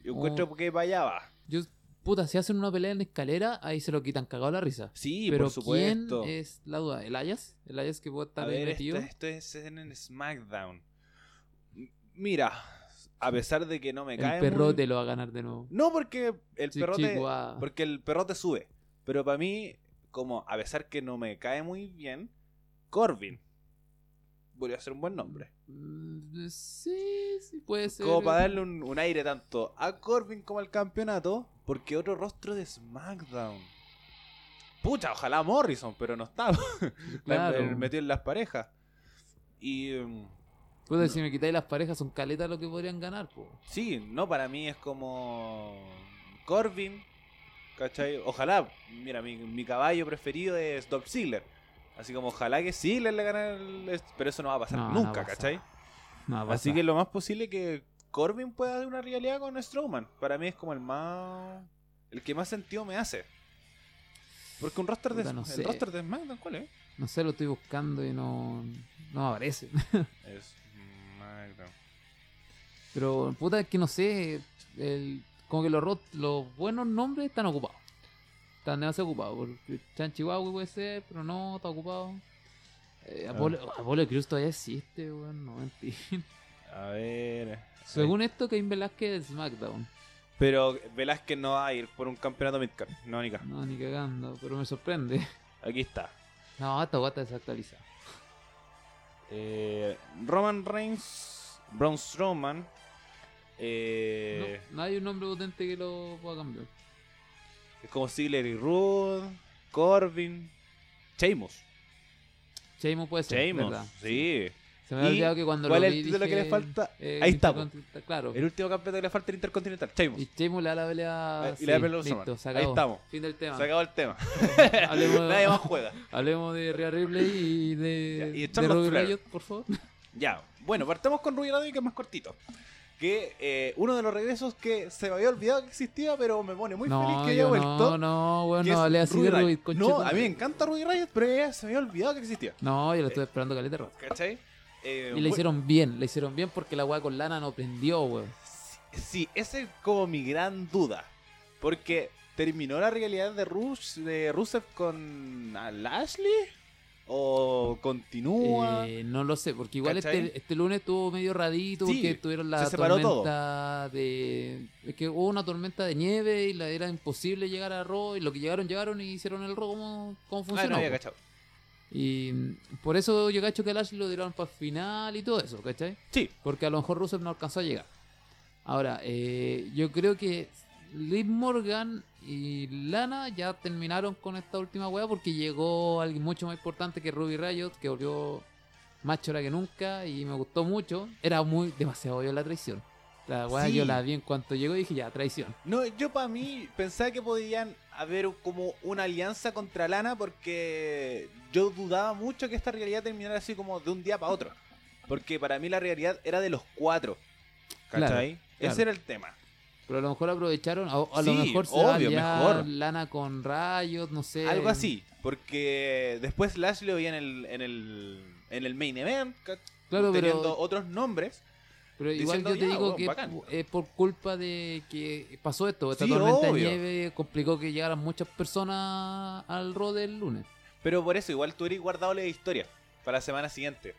Speaker 1: Yo
Speaker 2: Oh.
Speaker 1: encuentro que para allá va.
Speaker 2: Yo- puta, si hacen una pelea en escalera, ahí se lo quitan cagado la risa.
Speaker 1: Sí,
Speaker 2: Pero
Speaker 1: por supuesto.
Speaker 2: ¿quién es la duda? ¿El Ayas? ¿El Ayas que puede
Speaker 1: A
Speaker 2: estar ahí
Speaker 1: ver, este,
Speaker 2: metido?
Speaker 1: esto, esto es en el SmackDown. M- Mira, a pesar de que no me cae.
Speaker 2: El
Speaker 1: muy-
Speaker 2: perrote lo va a ganar de nuevo.
Speaker 1: No, porque el
Speaker 2: Sí,
Speaker 1: perrote.
Speaker 2: chico, ah.
Speaker 1: Porque el perrote sube. Pero para mí, como a pesar que no me cae muy bien, Corbin. Podría ser un buen nombre.
Speaker 2: Mm, Sí, sí puede ser.
Speaker 1: Como para darle un, un aire tanto a Corbin como al campeonato, porque otro rostro de SmackDown. Pucha, ojalá Morrison, pero no está. La-
Speaker 2: Claro.
Speaker 1: Metió en las parejas. Y mm,
Speaker 2: Puta, si me quitáis las parejas, son caletas lo que podrían ganar, po.
Speaker 1: sí, no, para mí es como Corbin. ¿Cachai? Ojalá, mira, mi, mi caballo preferido es Dolph Ziggler. Así como ojalá que Ziggler le gane el... Pero eso no va a pasar
Speaker 2: No, no
Speaker 1: nunca,
Speaker 2: pasa.
Speaker 1: ¿cachai?
Speaker 2: No, va a
Speaker 1: Así
Speaker 2: pasar.
Speaker 1: que lo más posible que Corbin pueda hacer una rivalidad con Strowman. Para mí es como el más. El que más sentido me hace. Porque un roster de.
Speaker 2: Puta, no
Speaker 1: el
Speaker 2: sé.
Speaker 1: roster de SmackDown, ¿cuál es?
Speaker 2: No sé, lo estoy buscando y no, no me aparece.
Speaker 1: SmackDown.
Speaker 2: Pero puta, es que no sé. el- como que los, ro- los buenos nombres están ocupados. Están demasiado ocupados. Porque Chan Chihuahua puede ser, pero no, está ocupado.
Speaker 1: Ah.
Speaker 2: Eh, Apolo, Apolo Cruz todavía existe, weón. No mentira.
Speaker 1: A ver.
Speaker 2: Según esto, Cain Velázquez es SmackDown.
Speaker 1: Pero Velázquez no va a ir por un campeonato midcard. No, Nica.
Speaker 2: No, ni cagando, pero me sorprende.
Speaker 1: Aquí está.
Speaker 2: No, esta guata desactualizada.
Speaker 1: Eh, Roman Reigns. Braun Strowman. Eh,
Speaker 2: No, no hay un nombre potente que lo pueda cambiar.
Speaker 1: Es como Ziggler y Rude. Corbin. Sheamus.
Speaker 2: Sheamus puede ser.
Speaker 1: Sheamus.
Speaker 2: ¿verdad?
Speaker 1: sí.
Speaker 2: Se me había
Speaker 1: ¿Y
Speaker 2: olvidado que cuando
Speaker 1: cuál
Speaker 2: lo
Speaker 1: es el
Speaker 2: vi
Speaker 1: título que
Speaker 2: dije,
Speaker 1: le falta?
Speaker 2: eh,
Speaker 1: Ahí está, po.
Speaker 2: Intercontinental, Claro.
Speaker 1: El último campeonato que le falta el Intercontinental. Sheamus.
Speaker 2: Y Sheamus le da la
Speaker 1: Ah,
Speaker 2: pelea.
Speaker 1: y le da pelea a los
Speaker 2: listo,
Speaker 1: Roman.
Speaker 2: se
Speaker 1: Ahí
Speaker 2: acabó.
Speaker 1: estamos.
Speaker 2: Fin del tema.
Speaker 1: Se acabó el tema.
Speaker 2: Hablemos,
Speaker 1: Nadie más juega.
Speaker 2: hablemos de Rhea Ripley y de,
Speaker 1: Ya, y
Speaker 2: de
Speaker 1: Charlotte
Speaker 2: Ruby
Speaker 1: Flair.
Speaker 2: Riot, por favor.
Speaker 1: Ya. Bueno, partamos con Ruby Radio que es más cortito. Que eh, uno de los regresos que se me había olvidado que existía, pero me pone muy feliz
Speaker 2: no,
Speaker 1: que haya
Speaker 2: yo
Speaker 1: vuelto.
Speaker 2: no, no, weón,
Speaker 1: que es
Speaker 2: no hablé así
Speaker 1: Ruby
Speaker 2: de Ruby,
Speaker 1: Riott.
Speaker 2: concha
Speaker 1: No,
Speaker 2: tu-
Speaker 1: a mí me encanta Ruby Radio, pero ella se me había olvidado que existía.
Speaker 2: No, yo lo estoy esperando caleta de rato.
Speaker 1: ¿Cachai? Eh,
Speaker 2: Y le
Speaker 1: bu-
Speaker 2: hicieron bien, le hicieron bien porque la weá con lana no prendió, weón.
Speaker 1: Sí, esa es como mi gran duda. Porque terminó la rivalidad de, Rus de Rusev con ah, Lashley. ¿O continúa? Ah,
Speaker 2: Eh, no lo sé, porque igual
Speaker 1: ¿Cachai?
Speaker 2: este, este lunes estuvo medio radito
Speaker 1: Sí,
Speaker 2: porque tuvieron la
Speaker 1: se separó todo.
Speaker 2: tormenta de. Es que hubo una tormenta de nieve y la, era imposible llegar a Raw y lo que llegaron, llegaron y hicieron el Raw como, como
Speaker 1: Ah, no
Speaker 2: funcionó. pues.
Speaker 1: había
Speaker 2: po.
Speaker 1: cachado.
Speaker 2: y mm, por eso yo cacho que el Ashley lo dieron para el final y todo eso, ¿cachai?
Speaker 1: Sí,
Speaker 2: Porque a lo mejor Rusev no alcanzó a llegar. Ahora, eh, yo creo que Liv Morgan y Lana ya terminaron con esta última hueá porque llegó alguien mucho más importante que Ruby Riot, que volvió más chora que nunca y me gustó mucho. Era muy demasiado obvio la traición. La hueá
Speaker 1: Sí.
Speaker 2: yo la vi en cuanto llegó y dije, ya, traición.
Speaker 1: No, yo para mí pensaba que podían haber como una alianza contra Lana porque yo dudaba mucho que esta realidad terminara así como de un día para otro. Porque para mí la realidad era de los cuatro. ¿Cachai? Ese
Speaker 2: claro.
Speaker 1: era el tema.
Speaker 2: Pero a lo mejor aprovecharon, a, a lo
Speaker 1: Sí,
Speaker 2: mejor se
Speaker 1: obvio,
Speaker 2: va a
Speaker 1: mejor.
Speaker 2: Lana con Riot, no sé.
Speaker 1: Algo así. Porque después Lashley veía en el, en el, en el main event, ca-
Speaker 2: Claro, pero-
Speaker 1: teniendo otros nombres.
Speaker 2: Pero igual
Speaker 1: diciendo,
Speaker 2: yo te
Speaker 1: "Ya,
Speaker 2: digo
Speaker 1: weón,
Speaker 2: que
Speaker 1: bacán".
Speaker 2: pu- es por culpa de que pasó esto. Esta
Speaker 1: Sí, obvio.
Speaker 2: tormenta de nieve complicó que llegaran muchas personas al rol del lunes.
Speaker 1: Pero por eso, igual tú eres guardado la historia para la semana siguiente.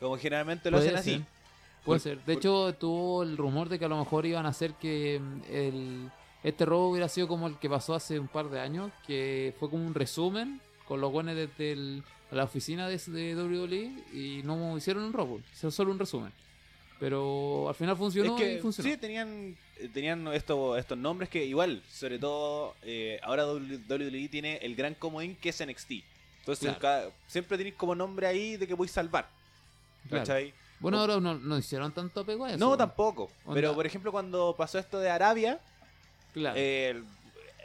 Speaker 1: Como generalmente lo
Speaker 2: Puede
Speaker 1: hacen así.
Speaker 2: ser, Puede
Speaker 1: Por-
Speaker 2: ser. De
Speaker 1: por-
Speaker 2: hecho, tuvo el rumor de que a lo mejor iban a hacer que mm, el, este robo hubiera sido como el que pasó hace un par de años, que fue como un resumen con los buenos desde el- la oficina de, de WWE y no hicieron un robo, hicieron solo un resumen. Pero al final funcionó
Speaker 1: es que,
Speaker 2: y funcionó.
Speaker 1: Sí, tenían, eh, tenían estos, estos nombres que igual, sobre todo, eh, ahora WWE tiene el gran comodín que es NXT. Entonces
Speaker 2: Claro.
Speaker 1: cada- siempre tenéis como nombre ahí de que podéis salvar.
Speaker 2: Claro.
Speaker 1: ¿cachai?
Speaker 2: Bueno, ahora no, no hicieron tanto apego a eso.
Speaker 1: No, tampoco.
Speaker 2: Onda.
Speaker 1: Pero por ejemplo, cuando pasó esto de Arabia, eh,
Speaker 2: Claro.
Speaker 1: El,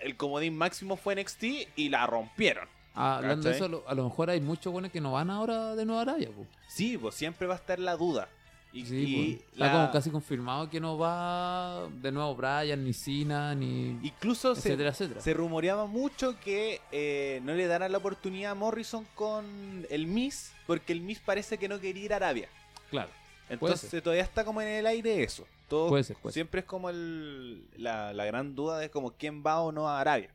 Speaker 1: el comodín máximo fue NXT y la rompieron.
Speaker 2: Ah, Hablando de eso,
Speaker 1: ¿cachai?
Speaker 2: a lo, a lo mejor hay muchos buenos que no van ahora de Nueva Arabia. po.
Speaker 1: Sí, pues siempre va a estar la duda. Y,
Speaker 2: Sí,
Speaker 1: y
Speaker 2: po. Está
Speaker 1: la-
Speaker 2: como casi confirmado que no va de nuevo Brian, ni Cena, ni.
Speaker 1: incluso se,
Speaker 2: etcétera, etcétera.
Speaker 1: se rumoreaba mucho que eh, no le darán la oportunidad a Morrison con el Miss, porque el Miss parece que no quería ir a Arabia.
Speaker 2: Claro,
Speaker 1: Entonces todavía está como en el aire eso. Todo,
Speaker 2: puede ser, puede ser.
Speaker 1: siempre es como el- la, la gran duda de como quién va o no a Arabia.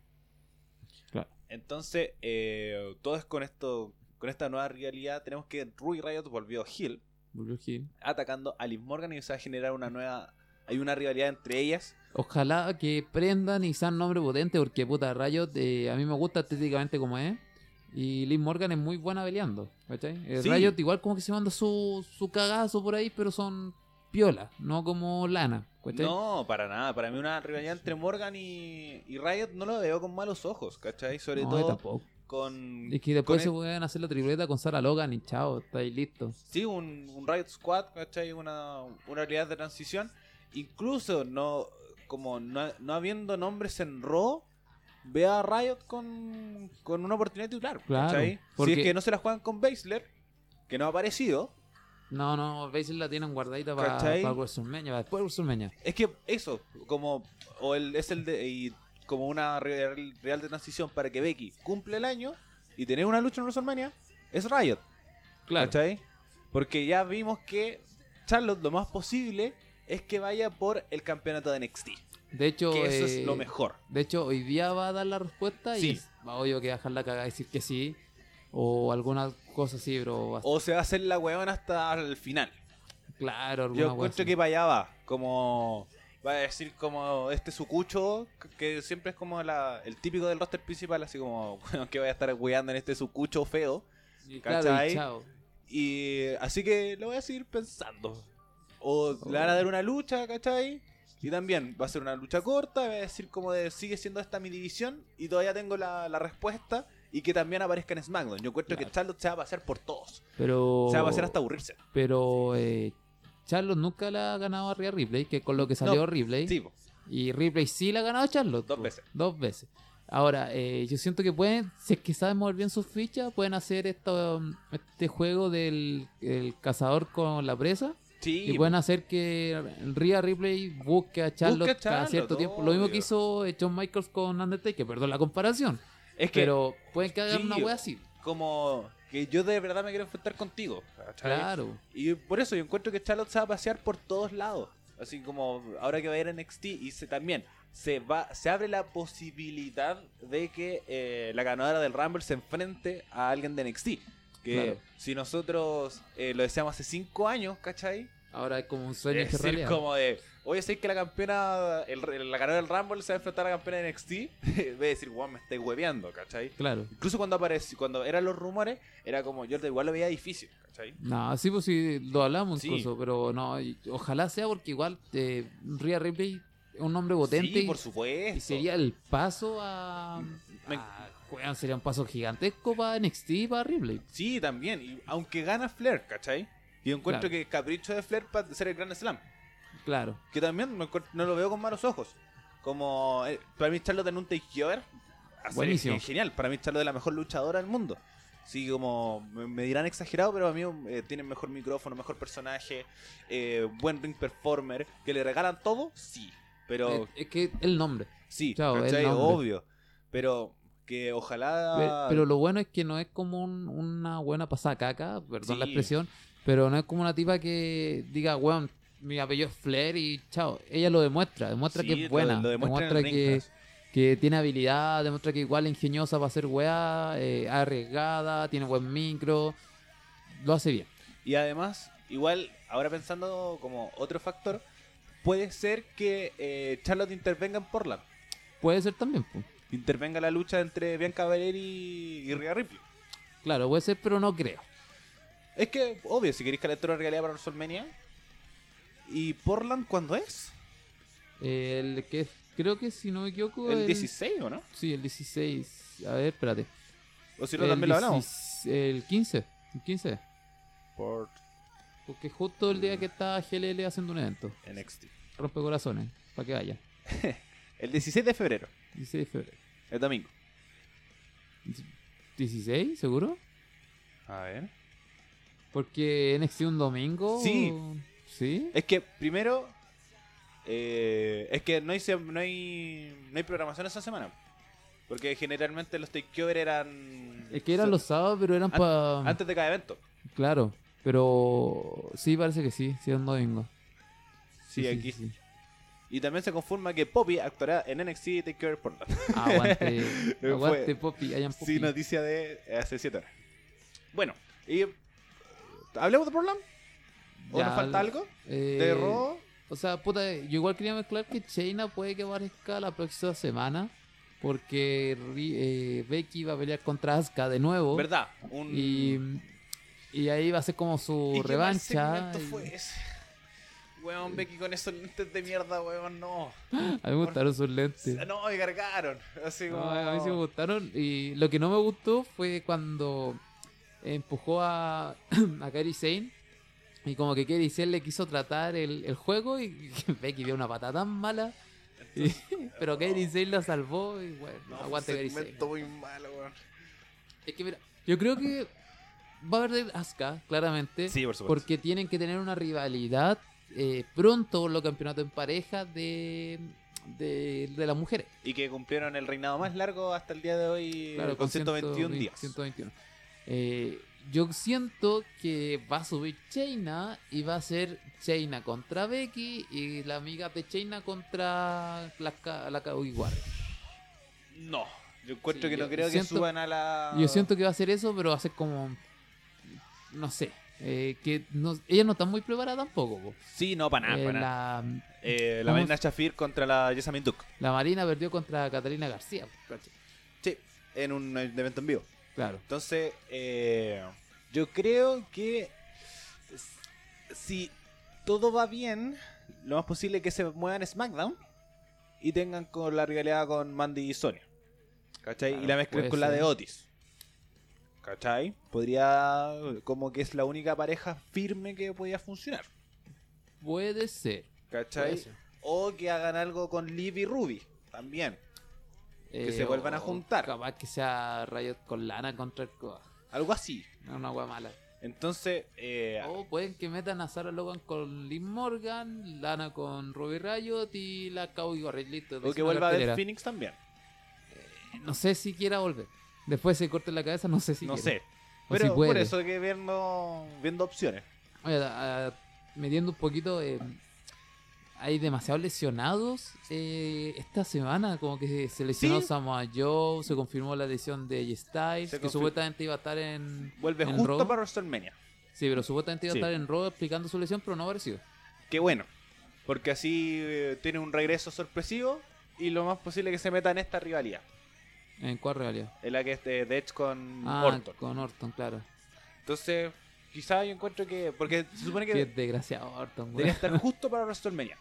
Speaker 2: Claro.
Speaker 1: Entonces, eh, todo es con esto, con esta nueva realidad. Tenemos que Ruby Riot volvió Hill
Speaker 2: Volvió Hill.
Speaker 1: atacando a Liz Morgan y se va a generar una nueva. Hay una rivalidad entre ellas.
Speaker 2: Ojalá que prendan y sean nombre potente porque puta Riot eh, a mí me gusta estéticamente como es. Y Liz Morgan es muy buena peleando. ¿cachai? Eh,
Speaker 1: Sí.
Speaker 2: Riot igual como que se manda su, su cagazo por ahí, pero son piola, no como lana. ¿cachai?
Speaker 1: No, para nada. Para mí, una rivalidad entre Morgan y, y Riot no lo veo con malos ojos, ¿cachai? Sobre
Speaker 2: No,
Speaker 1: todo
Speaker 2: tampoco.
Speaker 1: con.
Speaker 2: Es que después
Speaker 1: con
Speaker 2: se pueden hacer la tripleta con Sara Logan y chao, está ahí listo.
Speaker 1: Sí, un, un Riot Squad, ¿cachai? Una, una realidad de transición. Incluso no como no, no habiendo nombres en Raw, ve a Riot con, con una oportunidad titular,
Speaker 2: Claro,
Speaker 1: ¿cachai?
Speaker 2: porque-
Speaker 1: Si es que no se la juegan con Baszler, que no ha aparecido,
Speaker 2: No, no, Basil la tienen guardadita para
Speaker 1: ¿Cachai?
Speaker 2: para WrestleMania, para después de WrestleMania.
Speaker 1: es que eso, como o el, es el de, y como una real, real de transición para que Becky cumple el año y tener una lucha en WrestleMania, es Riot.
Speaker 2: Claro,
Speaker 1: ¿Cachai? Porque ya vimos que Charlotte lo más posible es que vaya por el campeonato de NXT.
Speaker 2: de hecho,
Speaker 1: que eso es
Speaker 2: eh,
Speaker 1: lo mejor.
Speaker 2: De hecho, hoy día va a dar la respuesta y
Speaker 1: Sí.
Speaker 2: es- va obvio que va a dejar la cagada decir que sí. O alguna cosa así, pero va a-
Speaker 1: O se va a hacer la weón hasta el final.
Speaker 2: claro, alguna
Speaker 1: Yo
Speaker 2: wea
Speaker 1: encuentro
Speaker 2: así.
Speaker 1: que para allá va. Como. Va a decir como este sucucho, que- que siempre es como la- el típico del roster principal, así como, bueno, que vaya a estar weando en este sucucho feo.
Speaker 2: Y claro, y
Speaker 1: ¿cachai?
Speaker 2: chao.
Speaker 1: Y así que lo voy a seguir pensando. O le
Speaker 2: Oh.
Speaker 1: van a dar una lucha, ¿cachai? Y también va a ser una lucha corta, va a decir como de sigue siendo esta mi división y todavía tengo la, la respuesta y que también aparezca en SmackDown. Yo encuentro
Speaker 2: Claro. Oh.
Speaker 1: que Charlotte se va a pasar por todos.
Speaker 2: Pero.
Speaker 1: Se va a pasar hasta aburrirse.
Speaker 2: Pero eh, Charlotte nunca la ha ganado a Rhea Ripley, que con lo que salió
Speaker 1: No,
Speaker 2: Ripley.
Speaker 1: Sí, po.
Speaker 2: Y Ripley sí la ha ganado a Charlotte.
Speaker 1: Dos
Speaker 2: po.
Speaker 1: veces.
Speaker 2: Dos veces. Ahora, eh, yo siento que pueden, si es que saben mover bien sus fichas, pueden hacer esto, este juego del el cazador con la presa.
Speaker 1: sí.
Speaker 2: Y
Speaker 1: po.
Speaker 2: pueden hacer que Rhea Ripley busque a Charlotte,
Speaker 1: Busque a
Speaker 2: cada
Speaker 1: Charlotte,
Speaker 2: cierto tiempo. Lo mismo que
Speaker 1: obvio.
Speaker 2: hizo eh, Shawn Michaels con Undertaker, perdón la comparación.
Speaker 1: es que
Speaker 2: pero pueden que hagan una
Speaker 1: sí,
Speaker 2: wea así.
Speaker 1: como que yo de verdad me quiero enfrentar contigo. ¿cachai?
Speaker 2: Claro.
Speaker 1: Y por eso yo encuentro que Charlotte se va a pasear por todos lados. Así como ahora que va a ir a NXT y se, también se va se abre la posibilidad de que eh, la ganadora del Rumble se enfrente a alguien de NXT. Que
Speaker 2: Claro.
Speaker 1: si nosotros eh, lo deseamos hace 5 años, ¿cachai?
Speaker 2: Ahora es como un
Speaker 1: Es
Speaker 2: sueño que
Speaker 1: decir,
Speaker 2: realidad.
Speaker 1: como de, oye, sé que la campeona, el, la ganadora del Rumble se va a enfrentar a la campeona de NXT. Voy a decir, wow, me estáis hueveando, ¿cachai?
Speaker 2: Claro.
Speaker 1: Incluso cuando apareció, cuando eran los rumores, era como, yo igual lo veía difícil, ¿cachai?
Speaker 2: No, sí, pues sí, lo hablamos
Speaker 1: Sí.
Speaker 2: incluso, pero no, y- ojalá sea porque igual eh, Rhea Ripley es un hombre potente
Speaker 1: Sí, por
Speaker 2: y-
Speaker 1: supuesto.
Speaker 2: y, sería el paso a...
Speaker 1: Me-
Speaker 2: a- weón, sería un paso gigantesco para NXT y para Ripley.
Speaker 1: Sí, también. Y aunque gana Flair, ¿cachai? Yo encuentro
Speaker 2: Claro.
Speaker 1: que capricho de Flair para ser el Grand Slam.
Speaker 2: Claro.
Speaker 1: Que también me encuent- no lo veo con malos ojos. Como eh, para mí Charlotte en un takeover. hacer-
Speaker 2: Buenísimo.
Speaker 1: es Genial. Para mí Charlotte es la mejor luchadora del mundo. Sí, como me, me dirán exagerado, pero a mí eh, tienen mejor micrófono, mejor personaje, eh, buen ring performer. Que le regalan todo, sí. Pero
Speaker 2: Es, es que el nombre.
Speaker 1: sí,
Speaker 2: Eh, chao, el
Speaker 1: ¿cachai?
Speaker 2: nombre.
Speaker 1: Obvio. Pero que ojalá...
Speaker 2: Pe- Pero, lo bueno es que no es como un- una buena pasada caca, perdón la
Speaker 1: Sí.
Speaker 2: expresión, pero no es como una tipa que diga, weón, mi apellido es Flair y chao. Ella lo demuestra, demuestra
Speaker 1: Sí,
Speaker 2: que es
Speaker 1: lo-
Speaker 2: buena,
Speaker 1: lo demuestra en
Speaker 2: demuestra
Speaker 1: el ring,
Speaker 2: que,
Speaker 1: tras.
Speaker 2: que tiene habilidad, demuestra que igual es ingeniosa para hacer weá, eh, arriesgada, tiene buen micro, lo hace bien.
Speaker 1: Y además, igual, ahora pensando como otro factor, puede ser que eh, Charlotte intervenga en Portland.
Speaker 2: Puede ser también, po.
Speaker 1: Intervenga la lucha entre Bianca Belair y, y Rhea Ripley.
Speaker 2: claro, puede ser, pero no creo.
Speaker 1: Es que, obvio, si queréis calentar una realidad para WrestleMania. ¿Y Portland cuándo es?
Speaker 2: Eh, El que creo que si no me equivoco...
Speaker 1: ¿El 16 o no?
Speaker 2: Sí, el 16. A ver, espérate.
Speaker 1: ¿O si no
Speaker 2: El
Speaker 1: también lo hablamos?
Speaker 2: 16 El 15. El 15.
Speaker 1: Por
Speaker 2: Porque justo el día que está GLL haciendo un evento.
Speaker 1: NXT.
Speaker 2: Rompe corazones. Para que vaya.
Speaker 1: El 16 de febrero,
Speaker 2: 16 de febrero.
Speaker 1: el domingo.
Speaker 2: ¿16? ¿Seguro?
Speaker 1: A ver.
Speaker 2: Porque NXT un domingo.
Speaker 1: Sí.
Speaker 2: ¿Sí?
Speaker 1: Es que primero. eh, es que no hay, se- no hay no hay programación esa semana. Porque generalmente los takeover eran.
Speaker 2: Es que eran los sábados, pero eran
Speaker 1: An-
Speaker 2: para.
Speaker 1: Antes de cada evento.
Speaker 2: Claro. Pero sí, parece que sí, sí era un domingo.
Speaker 1: Sí, aquí.
Speaker 2: sí, sí.
Speaker 1: Y también se confirma que Poppy actuará en NXT Takeover Portland.
Speaker 2: Aguante,
Speaker 1: Fue-
Speaker 2: aguante Poppy, hayan Poppy.
Speaker 1: Sí, noticia de hace 7 horas. Bueno, y. ¿Hablemos de Portland? ¿O
Speaker 2: Ya,
Speaker 1: nos falta algo?
Speaker 2: eh,
Speaker 1: ¿De Raw?
Speaker 2: O sea, puta, yo igual quería mezclar que Shayna puede que aparezca la próxima semana. Porque Ri- eh, Becky va a pelear contra Asuka de nuevo.
Speaker 1: ¿Verdad? Un...
Speaker 2: oh. Y, y ahí va a ser como
Speaker 1: ¿Y
Speaker 2: su
Speaker 1: qué mal
Speaker 2: revancha.
Speaker 1: segmento
Speaker 2: y-
Speaker 1: fue ese? Weón, Becky con esos lentes de mierda, weón, no.
Speaker 2: A mí me gustaron sus lentes.
Speaker 1: No, me cargaron. Así
Speaker 2: No,
Speaker 1: como.
Speaker 2: a mí sí me gustaron. Y lo que no me gustó fue cuando empujó a, a Kairi Sane. Y como que Kairi Sane le quiso tratar el, el juego y Becky dio una patada tan mala. y- pero Kairi Sane la salvó y bueno,
Speaker 1: No, fue un
Speaker 2: aguante Kairi Sane.
Speaker 1: segmento muy malo, weón.
Speaker 2: Es que mira, yo creo que va a haber Asuka, claramente.
Speaker 1: por
Speaker 2: Porque tienen que tener una rivalidad eh, pronto por los campeonatos en pareja de, de, de las mujeres.
Speaker 1: Y que cumplieron el reinado más largo hasta el día de hoy
Speaker 2: Claro,
Speaker 1: con 121
Speaker 2: 120,
Speaker 1: días.
Speaker 2: 121. Eh, yo siento que va a subir Chaina y va a ser Chaina contra Becky y la amiga de Chaina contra la, ca- la Igual.
Speaker 1: No, yo encuentro
Speaker 2: Sí,
Speaker 1: que
Speaker 2: yo
Speaker 1: no creo que
Speaker 2: siento-
Speaker 1: suban a la.
Speaker 2: Yo siento que va a ser eso, pero va a ser como. No sé. eh, que no, ella no está muy preparada tampoco. po.
Speaker 1: Sí, no, Ah, para nada.
Speaker 2: Eh,
Speaker 1: pa' nada.
Speaker 2: la,
Speaker 1: Eh, la
Speaker 2: vamos-
Speaker 1: Marina Shafir contra la Jessamine Duke.
Speaker 2: la Marina perdió contra Catalina García. po, ¿cachai?
Speaker 1: Sí, en un evento en vivo.
Speaker 2: Claro.
Speaker 1: Entonces, eh, yo creo que s- si todo va bien, lo más posible es que se muevan a SmackDown y tengan con la rivalidad con Mandy y Sonia. ¿Cachai?
Speaker 2: Claro,
Speaker 1: y la mezclen
Speaker 2: puede
Speaker 1: con la
Speaker 2: ser.
Speaker 1: de Otis. ¿Cachai? Podría, como que es la única pareja firme que podía funcionar.
Speaker 2: Puede ser. puede
Speaker 1: ¿Cachai?
Speaker 2: ser.
Speaker 1: O que hagan algo con Liv y Ruby también. Que se
Speaker 2: Eh,
Speaker 1: vuelvan a
Speaker 2: o
Speaker 1: juntar.
Speaker 2: Capaz que sea Riot con Lana contra el Coa.
Speaker 1: Algo así.
Speaker 2: No, una wea mala.
Speaker 1: Entonces, eh,
Speaker 2: O pueden Oh, pues, que metan a Sarah Logan con Liv Morgan, Lana con Ruby Riot y la Cowboy Gorrill. Listo.
Speaker 1: o que
Speaker 2: hicieron
Speaker 1: vuelva
Speaker 2: la
Speaker 1: a ver
Speaker 2: cartelera.
Speaker 1: Phoenix también.
Speaker 2: No sé si quiera volver. Después se corte la cabeza, no sé si
Speaker 1: no
Speaker 2: quiere.
Speaker 1: sé.
Speaker 2: pues. O
Speaker 1: Pero
Speaker 2: si
Speaker 1: por
Speaker 2: puede.
Speaker 1: eso que viendo, viendo opciones.
Speaker 2: Oye, a- a- metiendo un poquito, eh, hay demasiados lesionados eh, esta semana. Como que se- se lesionó
Speaker 1: ¿Sí?
Speaker 2: Samoa Joe, se confirmó la lesión de J. Styles,
Speaker 1: Se
Speaker 2: que
Speaker 1: confir-
Speaker 2: supuestamente iba a estar en.
Speaker 1: Vuelve
Speaker 2: ¿En
Speaker 1: justo
Speaker 2: Raw?
Speaker 1: para WrestleMania.
Speaker 2: Sí, pero supuestamente iba a
Speaker 1: Sí.
Speaker 2: estar en Raw explicando su lesión, pero no apareció.
Speaker 1: Qué bueno. Porque así eh, tiene un regreso sorpresivo y lo más posible que se meta en esta rivalidad.
Speaker 2: ¿En cuál realidad?
Speaker 1: En la que es de de Edge con
Speaker 2: Ah,
Speaker 1: Mm, Orton.
Speaker 2: con Orton, claro.
Speaker 1: Entonces, quizás yo encuentro que. Porque se supone
Speaker 2: Qué
Speaker 1: que
Speaker 2: desgraciado Orton, güey.
Speaker 1: debería estar justo para WrestleMania.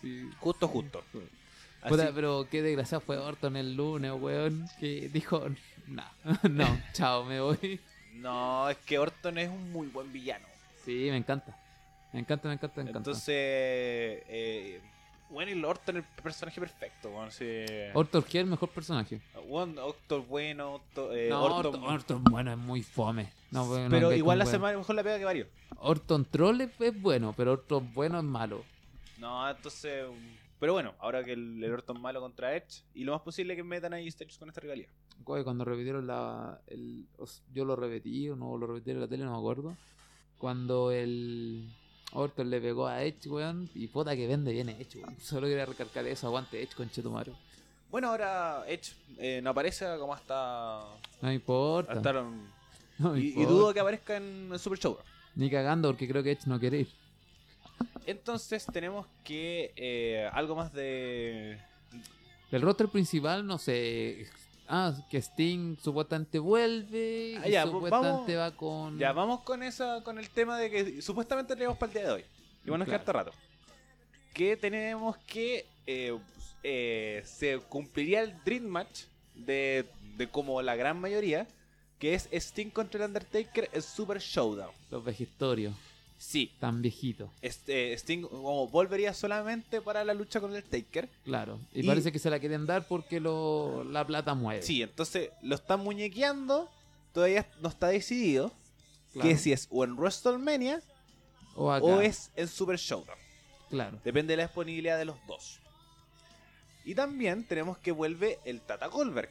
Speaker 2: Sí.
Speaker 1: Justo, justo. Así-
Speaker 2: Puta, pero qué desgraciado fue Orton el lunes, weón. Que dijo, nah, no, chao, me voy.
Speaker 1: No, es que Orton es un muy buen villano.
Speaker 2: Sí, me encanta. Me encanta, me encanta, me encanta.
Speaker 1: Entonces, eh, bueno, y Orton es el personaje perfecto. Bueno, sí.
Speaker 2: Orton es el mejor personaje.
Speaker 1: Bueno, Orton bueno, Orton, eh,
Speaker 2: no,
Speaker 1: Orton-
Speaker 2: Orton, Orton, bueno, es muy fome. No, weón, no
Speaker 1: Pero
Speaker 2: es
Speaker 1: igual
Speaker 2: como
Speaker 1: la
Speaker 2: weón.
Speaker 1: semana mejor la pega que varios.
Speaker 2: Orton Troll es, es bueno, pero Orton bueno es malo.
Speaker 1: No, entonces. um, Pero bueno, ahora que el, el Orton malo contra Edge, y lo más posible que metan ahí Styles con esta rivalidad.
Speaker 2: Güey, cuando repitieron la. el- os- yo lo repetí o no lo repitieron en la tele, no me acuerdo. Cuando el. Orton le pegó a Edge, weón. Y puta que vende bien Edge, weón. Solo quería recalcar eso. Aguante Edge, conchetumaro.
Speaker 1: Bueno, ahora Edge eh, no aparece como hasta.
Speaker 2: No me importa.
Speaker 1: hasta um,
Speaker 2: no me
Speaker 1: y, y
Speaker 2: importa.
Speaker 1: dudo que aparezca en el Super Show.
Speaker 2: Ni cagando porque creo que Edge no quiere ir.
Speaker 1: Entonces tenemos que. eh, algo más de.
Speaker 2: El roster principal, no sé. Ah, que Sting supuestamente vuelve.
Speaker 1: Ah,
Speaker 2: y
Speaker 1: ya, pues,
Speaker 2: supuestamente
Speaker 1: vamos-
Speaker 2: va con.
Speaker 1: Ya, vamos con esa, con el tema de que supuestamente tenemos para el día de hoy. Y bueno, nos queda
Speaker 2: Claro.
Speaker 1: harto rato. Que tenemos que eh, eh, se cumpliría el Dream Match de, de como la gran mayoría, que es Sting contra el Undertaker en Super Showdown.
Speaker 2: Los vegetorios.
Speaker 1: Sí.
Speaker 2: tan viejito.
Speaker 1: Este, Sting como, volvería solamente para la lucha con el Taker.
Speaker 2: Claro. Y,
Speaker 1: Y-
Speaker 2: parece que se la quieren dar porque lo, la plata mueve.
Speaker 1: Sí, entonces lo están muñequeando. Todavía no está decidido
Speaker 2: Claro.
Speaker 1: que si es o en WrestleMania
Speaker 2: O acá.
Speaker 1: o es en Super Showdown.
Speaker 2: Claro.
Speaker 1: Depende de la disponibilidad de los dos. Y también tenemos que vuelve el Tata Goldberg.